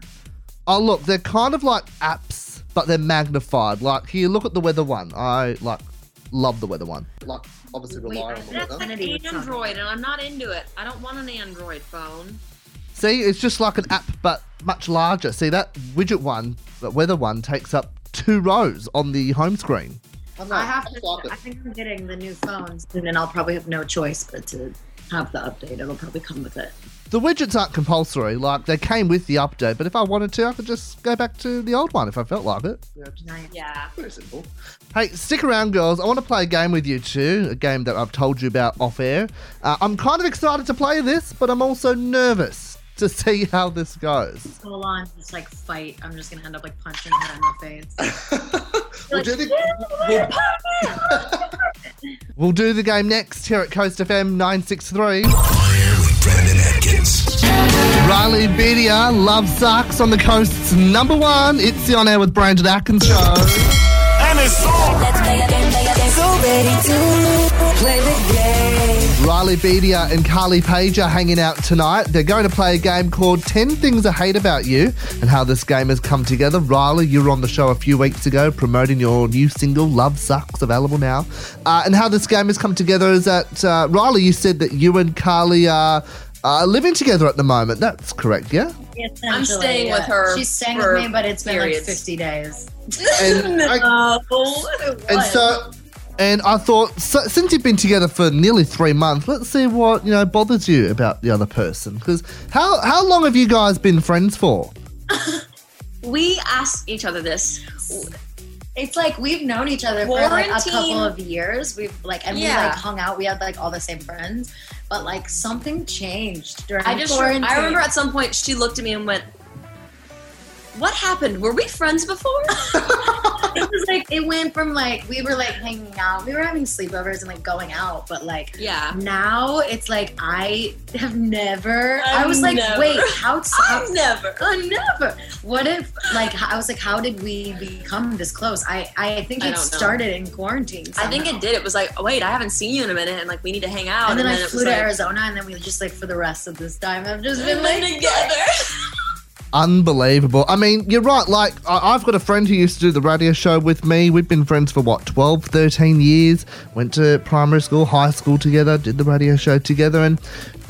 [SPEAKER 12] Oh, look, they're kind of like apps, but they're magnified. Like, here, look at the weather one. I, like, love the weather one. Like, obviously rely on the
[SPEAKER 10] That's
[SPEAKER 12] weather.
[SPEAKER 10] an Android, and I'm not into it. I don't want an Android phone.
[SPEAKER 12] See, it's just like an app, but much larger. See, that widget one, that weather one, takes up two rows on the home screen.
[SPEAKER 6] I have to. I think I'm getting the new phones, and then I'll probably have no choice but to have the update. It'll probably come with it.
[SPEAKER 12] The widgets aren't compulsory. Like, they came with the update, but if I wanted to, I could just go back to the old one if I felt like it.
[SPEAKER 10] Yeah.
[SPEAKER 6] Pretty simple.
[SPEAKER 12] Hey, stick around, girls. I want to play a game with you too. A game that I've told you about off air. Uh, I'm kind of excited to play this, but I'm also nervous to *laughs* see how this goes.
[SPEAKER 6] Full on, just like fight. I'm just gonna end up like punching her in
[SPEAKER 10] *laughs*
[SPEAKER 6] the face.
[SPEAKER 12] We'll do, *laughs* the, we'll, we'll do the game next here at Coast FM 963.
[SPEAKER 5] Brandon Atkins.
[SPEAKER 12] Riley Bedia, Love Sucks on the Coast's number one. It's the On Air with Brandon Atkins show.
[SPEAKER 5] And it's on.
[SPEAKER 9] So ready to play the game.
[SPEAKER 12] Riley Bedia and Carly Page are hanging out tonight. They're going to play a game called 10 Things I Hate About You and how this game has come together. Riley, you were on the show a few weeks ago promoting your new single, Love Sucks, available now. Uh, and how this game has come together is that, uh, Riley, you said that you and Carly are uh, living together at the moment. That's correct, yeah?
[SPEAKER 10] I'm staying with her
[SPEAKER 6] She's staying
[SPEAKER 10] for
[SPEAKER 6] with me, but it's been
[SPEAKER 10] periods. Oh,
[SPEAKER 6] like 50 days.
[SPEAKER 12] And And so, and I thought, so, since you've been together for nearly three months, let's see what you know bothers you about the other person. Because how how long have you guys been friends for?
[SPEAKER 10] *laughs* We asked each other this.
[SPEAKER 6] It's like we've known each other for like a
[SPEAKER 10] Quarantine-
[SPEAKER 6] couple of years. We've like and we
[SPEAKER 10] Yeah.
[SPEAKER 6] like hung out. We had like all the same friends, but like something changed during
[SPEAKER 10] I just
[SPEAKER 6] quarantine.
[SPEAKER 10] I remember at some point she looked at me and went, "What happened? Were we friends *laughs* before?"
[SPEAKER 6] it was like it went from like we were like hanging out, we were having sleepovers and like going out, but like
[SPEAKER 10] Yeah.
[SPEAKER 6] now it's like I have never. i
[SPEAKER 10] I've
[SPEAKER 6] was like,
[SPEAKER 10] never-
[SPEAKER 6] wait,
[SPEAKER 10] *laughs*
[SPEAKER 6] how?
[SPEAKER 10] I've never.
[SPEAKER 6] I never. What if like I was like, how did we become this close? I I think
[SPEAKER 10] I
[SPEAKER 6] it
[SPEAKER 10] don't know.
[SPEAKER 6] started in quarantine.
[SPEAKER 10] I think it did. It was like, oh, "Wait, I haven't seen you in a minute, and like we need to hang out."
[SPEAKER 6] And then I
[SPEAKER 10] it
[SPEAKER 6] flew
[SPEAKER 10] was
[SPEAKER 6] to
[SPEAKER 10] like,
[SPEAKER 6] Arizona, and then we just like for the rest of this time, I've
[SPEAKER 10] *laughs*
[SPEAKER 6] just
[SPEAKER 10] We've
[SPEAKER 6] been like
[SPEAKER 10] been together.
[SPEAKER 12] Unbelievable. I mean, you're right. Like, I- I've got a friend who used to do the radio show with me. We've been friends for what, 12, 13 years? Went to primary school, high school together, did the radio show together. And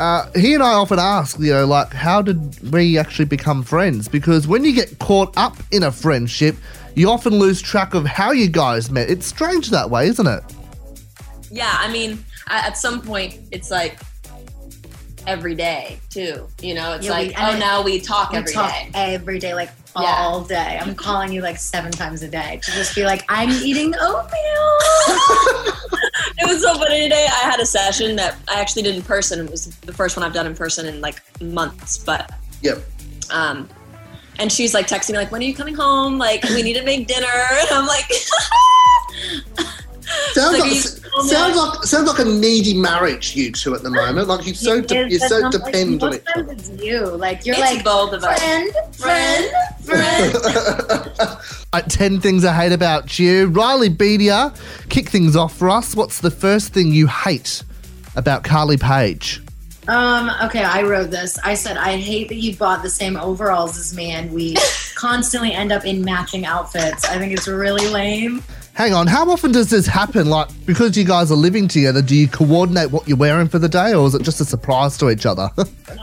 [SPEAKER 12] uh, he and I often ask, you know, like, how did we actually become friends? Because when you get caught up in a friendship, you often lose track of how you guys met. It's strange that way, isn't it?
[SPEAKER 10] Yeah, I mean, I, at some point, it's like every day too. You know, it's
[SPEAKER 9] Yeah, we-
[SPEAKER 10] like,
[SPEAKER 9] and
[SPEAKER 10] oh
[SPEAKER 9] I-
[SPEAKER 10] no, we talk
[SPEAKER 9] we
[SPEAKER 10] every day.
[SPEAKER 9] talk every day, like all day. I'm calling you like seven times a day to just be like, I'm eating oatmeal.
[SPEAKER 10] *laughs* It was so funny today. I had a session that I actually did in person. It was the first one I've done in person in like months, but
[SPEAKER 13] Yep.
[SPEAKER 10] um and she's like texting me like, when are you coming home? Like, we need to make dinner. *laughs* And I'm like,
[SPEAKER 13] Sounds
[SPEAKER 10] Like,
[SPEAKER 13] like,
[SPEAKER 10] you told me
[SPEAKER 13] sounds
[SPEAKER 10] like-
[SPEAKER 13] like sounds like a needy marriage, you two at the moment. Like you're so de-
[SPEAKER 9] It
[SPEAKER 13] you're
[SPEAKER 9] is, but
[SPEAKER 13] so
[SPEAKER 9] I'm like,
[SPEAKER 13] dependent on
[SPEAKER 9] most
[SPEAKER 13] it.
[SPEAKER 9] times It's you. Like you're
[SPEAKER 10] It's
[SPEAKER 9] like
[SPEAKER 10] both of us.
[SPEAKER 9] friend, friend,
[SPEAKER 12] At 10 things I hate about you. Riley Bedia, kick things off for us. What's the first thing you hate about Carly Page?
[SPEAKER 9] Um, okay, I wrote this. I said, I hate that you bought the same overalls as me and
[SPEAKER 10] *laughs*
[SPEAKER 9] we constantly end up in matching outfits. I think it's really lame.
[SPEAKER 12] Hang on, how often does this happen? Like, because you guys are living together, do you coordinate what you're wearing for the day, or is it just a surprise to each other? *laughs*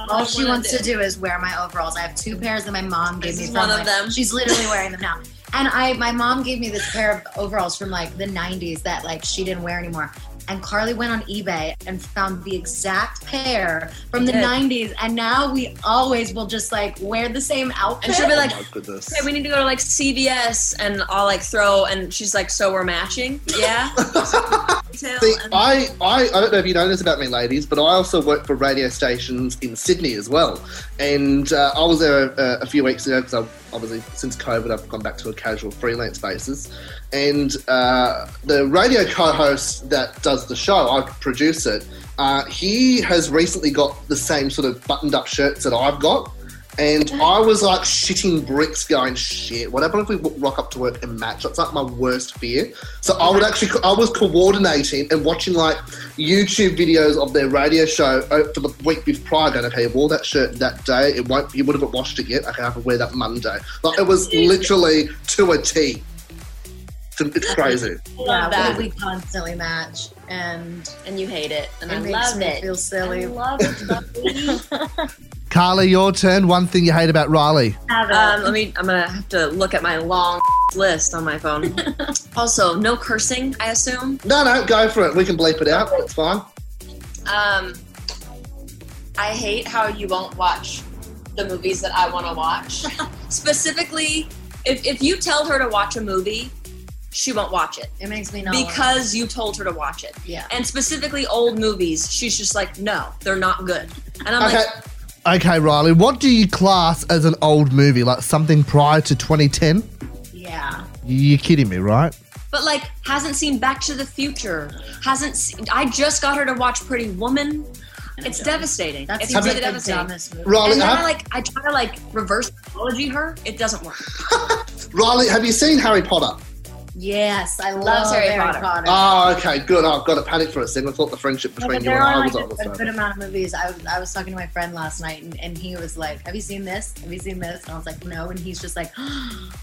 [SPEAKER 9] All she wants to do is wear my overalls. I have two pairs that my mom gave
[SPEAKER 10] This
[SPEAKER 9] me.
[SPEAKER 10] is
[SPEAKER 9] from,
[SPEAKER 10] one of
[SPEAKER 9] like-
[SPEAKER 10] them.
[SPEAKER 9] She's literally wearing them now. And I, my mom gave me this pair of overalls from like the '90s that like she didn't wear anymore. And Carly went on eBay and found the exact pair from the
[SPEAKER 10] did.
[SPEAKER 9] '90s. And now we always will just like wear the same
[SPEAKER 10] *laughs*
[SPEAKER 9] outfit.
[SPEAKER 10] And she'll be like,
[SPEAKER 13] goodness.
[SPEAKER 10] okay, we need to go to like CVS and I'll like throw and she's like, so we're matching?
[SPEAKER 9] *laughs*
[SPEAKER 10] Yeah.
[SPEAKER 13] See, I, I, I don't know if you know this about me, ladies, but I also work for radio stations in Sydney as well. And uh, I was there a, a few weeks ago because I've obviously, since COVID, I've gone back to a casual freelance basis. And uh, the radio co host that does the show, I produce it, uh, he has recently got the same sort of buttoned up shirts that I've got. And I was like shitting bricks, going shit. What happened if we w- rock up to work and match? That's like my worst fear. So I would actually, I was coordinating and watching like YouTube videos of their radio show uh, for the week before prior, going, okay, you wore that shirt that day. It won't, you would not have washed it yet. Okay, I can wear that Monday. Like it was literally to a T. It's, it's crazy.
[SPEAKER 9] yeah,
[SPEAKER 10] that.
[SPEAKER 9] We, we constantly match, and
[SPEAKER 10] and you hate it, and
[SPEAKER 9] it
[SPEAKER 10] I
[SPEAKER 9] makes
[SPEAKER 10] love
[SPEAKER 9] me
[SPEAKER 10] it.
[SPEAKER 9] Feel silly.
[SPEAKER 10] I
[SPEAKER 6] *laughs*
[SPEAKER 10] love it.
[SPEAKER 12] Carly, your turn. One thing you hate about Riley.
[SPEAKER 10] Um, let
[SPEAKER 9] *laughs*
[SPEAKER 10] me. I'm gonna have to look at my long *laughs* list on my
[SPEAKER 9] *laughs*
[SPEAKER 10] phone. also, no cursing. I assume.
[SPEAKER 13] No, no, go for it. We can bleep it out. It's fine.
[SPEAKER 10] Um, I hate how you won't watch the movies that I want to
[SPEAKER 9] *laughs*
[SPEAKER 10] watch. Specifically, if if you tell her to watch a movie, she won't watch it.
[SPEAKER 9] It makes me not wanna
[SPEAKER 10] because you told her to watch it.
[SPEAKER 9] Yeah.
[SPEAKER 10] And specifically, old movies. She's just like, no, they're not good. And I'm like,
[SPEAKER 12] Okay, Riley, what do you class as an old movie? Like something prior to 2010?
[SPEAKER 9] yeah.
[SPEAKER 12] You're kidding me, right?
[SPEAKER 10] But like, hasn't seen Back to the Future. Hasn't. Seen, I just got her to watch Pretty Woman. It's devastating. it's
[SPEAKER 9] seems
[SPEAKER 10] really
[SPEAKER 9] like the
[SPEAKER 10] devastating.
[SPEAKER 9] dumbest movie.
[SPEAKER 13] Riley,
[SPEAKER 10] and then
[SPEAKER 13] have-
[SPEAKER 10] I like, I try to like reverse psychology her. It doesn't work.
[SPEAKER 13] Riley, have you seen Harry Potter?
[SPEAKER 9] Yes, I love,
[SPEAKER 10] Loves Harry
[SPEAKER 9] Harry,
[SPEAKER 10] Potter.
[SPEAKER 9] Potter.
[SPEAKER 13] Oh, okay, good. I've got a panic for a second. I thought the friendship
[SPEAKER 9] No,
[SPEAKER 13] between
[SPEAKER 9] but
[SPEAKER 13] you and
[SPEAKER 9] there are
[SPEAKER 13] I was
[SPEAKER 9] like
[SPEAKER 13] on the
[SPEAKER 9] a, a good
[SPEAKER 13] side.
[SPEAKER 9] amount of movies. I was, I was talking to my friend last night, and, and he was like, "Have you seen this? Have you seen this?" And I was like, "No," and he's just like,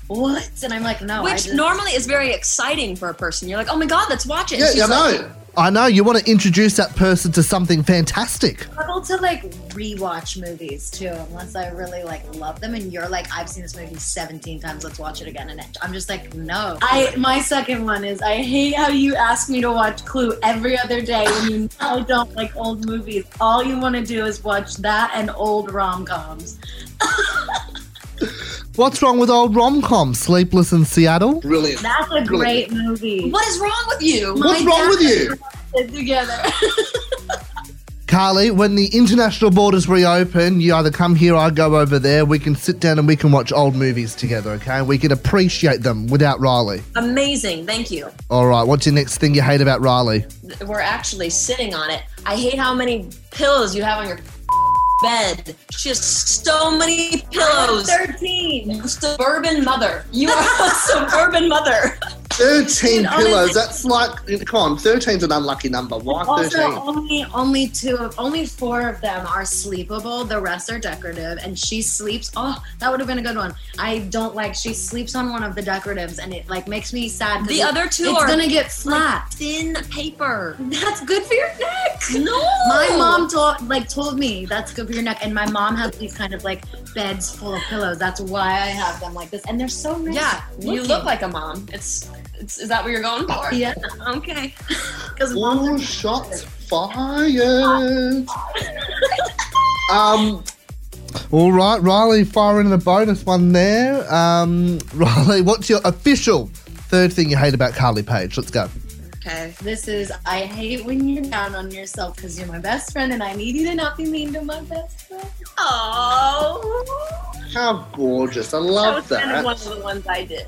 [SPEAKER 9] "What?" And I'm like, "No." I
[SPEAKER 10] Which
[SPEAKER 9] just-
[SPEAKER 10] normally is very exciting for a person. You're like, oh my god, let's watch it. And she's like,
[SPEAKER 12] I know. You want to introduce that person to something fantastic.
[SPEAKER 9] struggle to like rewatch movies too, unless I really like love them. And you're like, "I've seen this movie 17 times. Let's watch it again." And it- I'm just like, "No." I my second one is I hate how you ask me to watch Clue every other day when you know I don't like old movies. All you want to do is watch that and old rom coms.
[SPEAKER 12] What's wrong with old rom com? Sleepless in Seattle?
[SPEAKER 13] Brilliant.
[SPEAKER 9] That's a great movie.
[SPEAKER 10] What is wrong with you?
[SPEAKER 12] What's
[SPEAKER 9] My
[SPEAKER 12] wrong
[SPEAKER 9] dad
[SPEAKER 12] with you?
[SPEAKER 9] and I did Together.
[SPEAKER 12] Carly, when the international borders reopen, you either come here, I go over there. We can sit down and we can watch old movies together, okay? We can appreciate them without Riley.
[SPEAKER 10] amazing. Thank you.
[SPEAKER 12] All right, what's your next thing you hate about Riley?
[SPEAKER 10] Th- We're actually sitting on it. I hate how many pillows you have on your *laughs* bed. Just so many pillows. Thirteen. Suburban mother. You are a suburban mother.
[SPEAKER 13] 13
[SPEAKER 9] Dude,
[SPEAKER 13] pillows.
[SPEAKER 9] honestly-
[SPEAKER 13] That's like, come on, 13's an unlucky number. Why
[SPEAKER 9] Also,
[SPEAKER 13] 13?
[SPEAKER 9] only only two of only four of them are sleepable. The rest are decorative, and she sleeps. Oh, that would have been a good one. I don't like. She sleeps on one of the decoratives, and it like makes me sad. 'cause
[SPEAKER 10] The
[SPEAKER 9] it-
[SPEAKER 10] other two
[SPEAKER 9] it's
[SPEAKER 10] are
[SPEAKER 9] gonna get flat.
[SPEAKER 10] Thin paper.
[SPEAKER 9] That's good for your neck.
[SPEAKER 10] No.
[SPEAKER 9] My mom told like told me that's good for your neck, and my mom has these kind of like beds full of pillows. That's why I have them like this, and they're so nice.
[SPEAKER 10] Yeah, you
[SPEAKER 9] looking.
[SPEAKER 10] look like a mom. It's, it's is that what you're going
[SPEAKER 6] *laughs*
[SPEAKER 10] for?
[SPEAKER 9] Yeah.
[SPEAKER 10] Okay.
[SPEAKER 9] Because *laughs*
[SPEAKER 13] All shots fired.
[SPEAKER 12] Um,
[SPEAKER 20] All right, Riley firing the bonus one there.
[SPEAKER 12] *laughs*
[SPEAKER 20] Um, Riley, what's your official third thing you hate about Carly Page? Let's go.
[SPEAKER 6] Okay. This is I hate when you're down on yourself because you're my best friend and I need you to not be mean to my best friend. Oh.
[SPEAKER 12] how gorgeous! I love that.
[SPEAKER 6] the ones I did.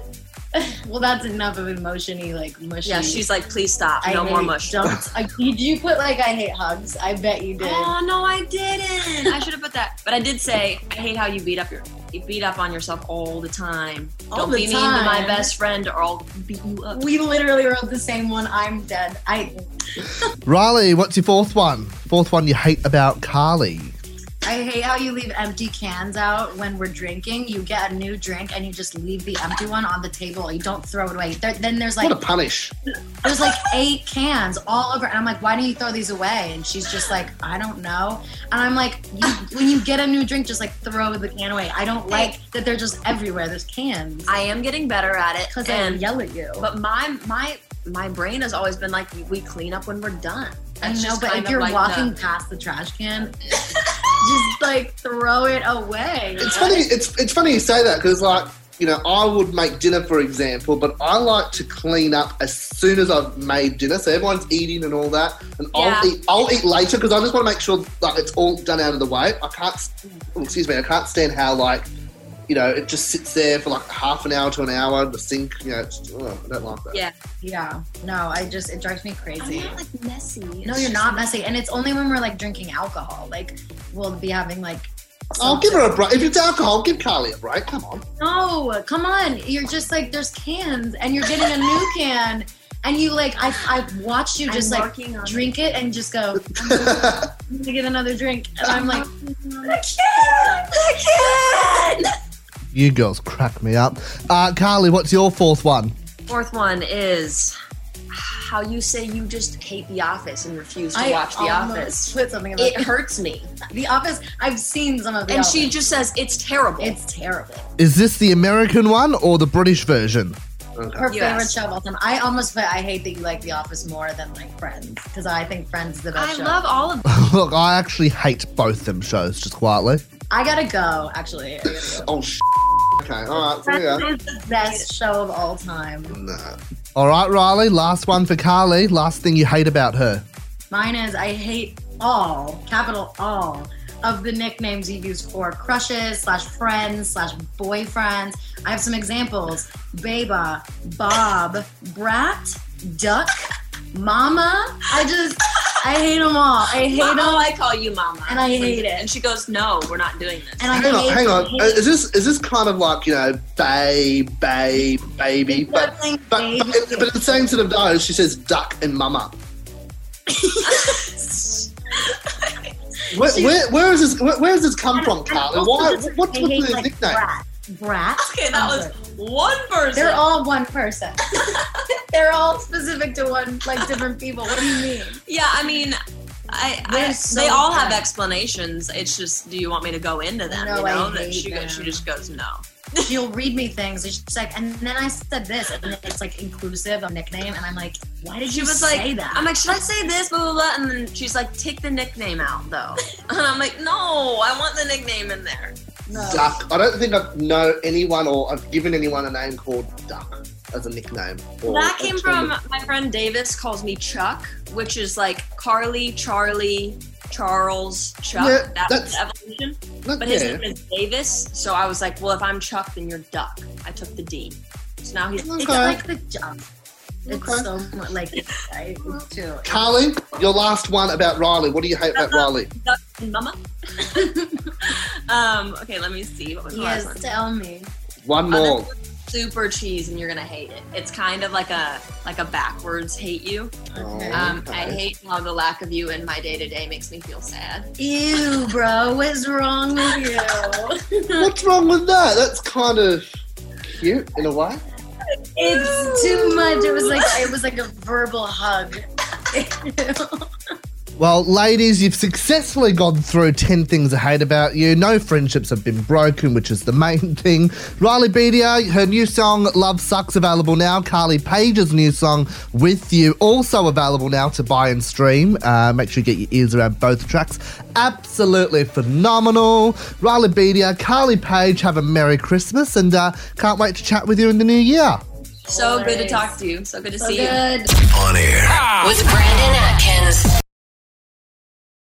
[SPEAKER 6] well, that's enough of emotiony, like mushy.
[SPEAKER 10] Yeah, she's like, please stop.
[SPEAKER 6] I
[SPEAKER 10] no more
[SPEAKER 6] hate
[SPEAKER 10] mush.
[SPEAKER 6] don't- *laughs* I, did you put like I hate hugs? I bet you did.
[SPEAKER 10] Oh no, I didn't. I should have put that. But I did say I hate how you beat up your you beat up on yourself all the time.
[SPEAKER 6] All
[SPEAKER 10] Don't
[SPEAKER 6] the
[SPEAKER 10] be mean to my
[SPEAKER 6] time.
[SPEAKER 10] best friend or I'll beat you up.
[SPEAKER 6] We literally wrote the same one. I'm dead. I
[SPEAKER 20] Riley, what's your fourth one? Fourth one you hate about Carly.
[SPEAKER 6] I hate how you leave empty cans out when we're drinking. You get a new drink and you just leave the empty one on the table. You don't throw it away. There, then there's like
[SPEAKER 12] what a punish!
[SPEAKER 6] there's like eight cans all over, and I'm like, why don't you throw these away? And she's just like, I don't know. And I'm like, you, when you get a new drink, just like throw the can away. I don't like that they're just everywhere. There's cans.
[SPEAKER 10] I am getting better at it.
[SPEAKER 6] because I
[SPEAKER 10] and-
[SPEAKER 6] yell at you.
[SPEAKER 10] But my my my brain has always been like we clean up when we're done.
[SPEAKER 6] I
[SPEAKER 10] That's
[SPEAKER 6] know,
[SPEAKER 10] just
[SPEAKER 6] but
[SPEAKER 10] kind
[SPEAKER 6] if
[SPEAKER 10] of
[SPEAKER 6] you're
[SPEAKER 10] like
[SPEAKER 6] walking
[SPEAKER 10] the-
[SPEAKER 6] past the
[SPEAKER 10] *laughs*
[SPEAKER 6] trash can, just like throw it away.
[SPEAKER 12] It's funny. It's it's funny you say that because like you know I would make dinner for example, but I like to clean up as soon as I've made dinner, so everyone's eating and all that, and I'll
[SPEAKER 10] Yeah.
[SPEAKER 12] eat I'll eat later because I just want to make sure like it's all done out of the way. I can't s- oh, excuse me, I can't stand how like. You know, it just sits there for like half an hour to an hour. The sink, you know, it's, oh, I don't like that.
[SPEAKER 6] Yeah. Yeah. No, I just it drives me crazy.
[SPEAKER 10] like messy.
[SPEAKER 6] no, you're not messy. And it's only when we're like drinking alcohol. Like we'll be having like
[SPEAKER 12] I'll give her a break. If it's alcohol, give Carly a break. Come on.
[SPEAKER 6] No, come on. You're just like there's cans and you're getting a new can. And you like I I've watched you
[SPEAKER 10] I'm
[SPEAKER 6] just like
[SPEAKER 10] working on
[SPEAKER 6] drink it and just go I'm gonna get another drink. And I'm like I
[SPEAKER 10] can't I can't
[SPEAKER 20] *laughs* You girls crack me up. Uh, Carly, what's your fourth one?
[SPEAKER 10] *laughs* Fourth one is how you say you just hate The Office and refuse to
[SPEAKER 6] I
[SPEAKER 10] watch The
[SPEAKER 6] almost
[SPEAKER 10] Office.
[SPEAKER 6] put something about
[SPEAKER 10] It
[SPEAKER 6] that.
[SPEAKER 10] hurts me.
[SPEAKER 6] *laughs* The Office, I've seen some of The
[SPEAKER 10] And she
[SPEAKER 6] Office.
[SPEAKER 10] just says it's terrible.
[SPEAKER 6] It's terrible.
[SPEAKER 20] Is this the American one or the British version? *laughs*
[SPEAKER 6] Her favorite show of all time. I almost but I hate that you like The Office more than like Friends because I think Friends is the best.
[SPEAKER 10] I
[SPEAKER 6] show.
[SPEAKER 10] love all of them.
[SPEAKER 20] Look, I actually hate both them shows, just quietly.
[SPEAKER 6] I gotta go.
[SPEAKER 10] *laughs*
[SPEAKER 6] Actually, I gotta go.
[SPEAKER 12] Oh, sh- okay. All right. So, yeah.
[SPEAKER 6] Friends is the best show of all time.
[SPEAKER 12] Nah.
[SPEAKER 20] All right, Riley, last one for Carly. Last thing you hate about her.
[SPEAKER 6] Mine is I hate all capital all of the nicknames you use for crushes slash friends slash boyfriends. I have some examples: Baba, Bob, Brat, Duck, Mama. I just I hate them all. I hate them.
[SPEAKER 10] Mama, I call you Mama.
[SPEAKER 6] And I hate it.
[SPEAKER 10] And she goes, No, we're not doing this.
[SPEAKER 6] And I
[SPEAKER 12] Hang on,
[SPEAKER 6] hate
[SPEAKER 12] hang
[SPEAKER 6] them.
[SPEAKER 12] on. Uh, Is this is this kind of like you know, babe, babe, baby? But but, but, but at the same sort of nose, she says duck and mama. Where,
[SPEAKER 6] She-
[SPEAKER 12] where, where is this? Where, where does this come from,
[SPEAKER 6] *laughs*
[SPEAKER 12] Carly?
[SPEAKER 6] also
[SPEAKER 12] Why?
[SPEAKER 6] just-
[SPEAKER 12] What, what's
[SPEAKER 6] I
[SPEAKER 12] with
[SPEAKER 6] hate,
[SPEAKER 12] the
[SPEAKER 6] like,
[SPEAKER 12] nickname?
[SPEAKER 6] brat. Brat.
[SPEAKER 10] Okay, that was one person.
[SPEAKER 6] They're all one
[SPEAKER 10] *laughs*
[SPEAKER 6] person. They're all specific to one, like different people. What do you mean?
[SPEAKER 10] *laughs* Yeah, I mean, I, I
[SPEAKER 6] They're so
[SPEAKER 10] they all have
[SPEAKER 6] bad.
[SPEAKER 10] explanations. It's just, do you want me to go into them?
[SPEAKER 6] No,
[SPEAKER 10] you
[SPEAKER 6] I
[SPEAKER 10] know, that
[SPEAKER 6] hate
[SPEAKER 10] she goes, she
[SPEAKER 6] them.
[SPEAKER 10] just goes, no.
[SPEAKER 6] She'll read me things. And she's like, and then I said this, and then it's like inclusive of nickname, and I'm like, why did
[SPEAKER 10] she
[SPEAKER 6] you
[SPEAKER 10] was
[SPEAKER 6] say
[SPEAKER 10] like,
[SPEAKER 6] that?
[SPEAKER 10] I'm like, should I say this? Blah blah blah. And then she's like, take the nickname out though. *laughs* And I'm like, no, I want the nickname in there.
[SPEAKER 12] Duck. I don't think I know anyone or I've given anyone a name called Duck as a nickname. or
[SPEAKER 10] that
[SPEAKER 12] a
[SPEAKER 10] came
[SPEAKER 12] term
[SPEAKER 10] from my friend Davis calls me Chuck, which is like Carly, Charlie, Charles, Chuck.
[SPEAKER 12] Yeah,
[SPEAKER 10] that was
[SPEAKER 12] that's-
[SPEAKER 10] the evolution.
[SPEAKER 12] that-
[SPEAKER 10] but his
[SPEAKER 12] yeah.
[SPEAKER 10] name is Davis, so I was like, well, if I'm Chuck, then you're Duck. I took the D. So now he's
[SPEAKER 12] Oh.
[SPEAKER 6] it's like the jump. It's
[SPEAKER 12] Okay.
[SPEAKER 6] so much like I it's too.
[SPEAKER 12] of- Carly, your last one about Riley. What do you hate about
[SPEAKER 10] Uh-huh.
[SPEAKER 12] Riley?
[SPEAKER 10] Duck and *laughs* Mama. *laughs* um, okay, let me see. What was the last
[SPEAKER 6] Yes,
[SPEAKER 10] one?
[SPEAKER 6] tell me.
[SPEAKER 12] One more.
[SPEAKER 10] super cheese and you're gonna hate it. It's kind of like a like a backwards hate you.
[SPEAKER 12] Okay.
[SPEAKER 10] Um, I hate how the lack of you in my day to day makes me feel sad.
[SPEAKER 6] Ew, bro, what's wrong
[SPEAKER 10] *laughs*
[SPEAKER 6] with you?
[SPEAKER 12] What's wrong with that? That's kind of cute in a way.
[SPEAKER 10] *laughs*
[SPEAKER 6] *laughs* It's too much. It was like it was like a verbal hug.
[SPEAKER 12] Well, ladies, you've successfully gone through 10 things I hate about you. No friendships have been broken, which is the main *laughs* thing. Riley Bedia, her new song Love Sucks available now. Carly Page's new song With You also available now to buy and stream. Uh, make sure you get your ears around both tracks. Absolutely phenomenal. Riley Bedia, Carly Page, have a Merry Christmas and uh, can't wait to chat with you in the new year.
[SPEAKER 8] So good to talk to you. So good to see you.
[SPEAKER 1] On air. With Brandon Atkins.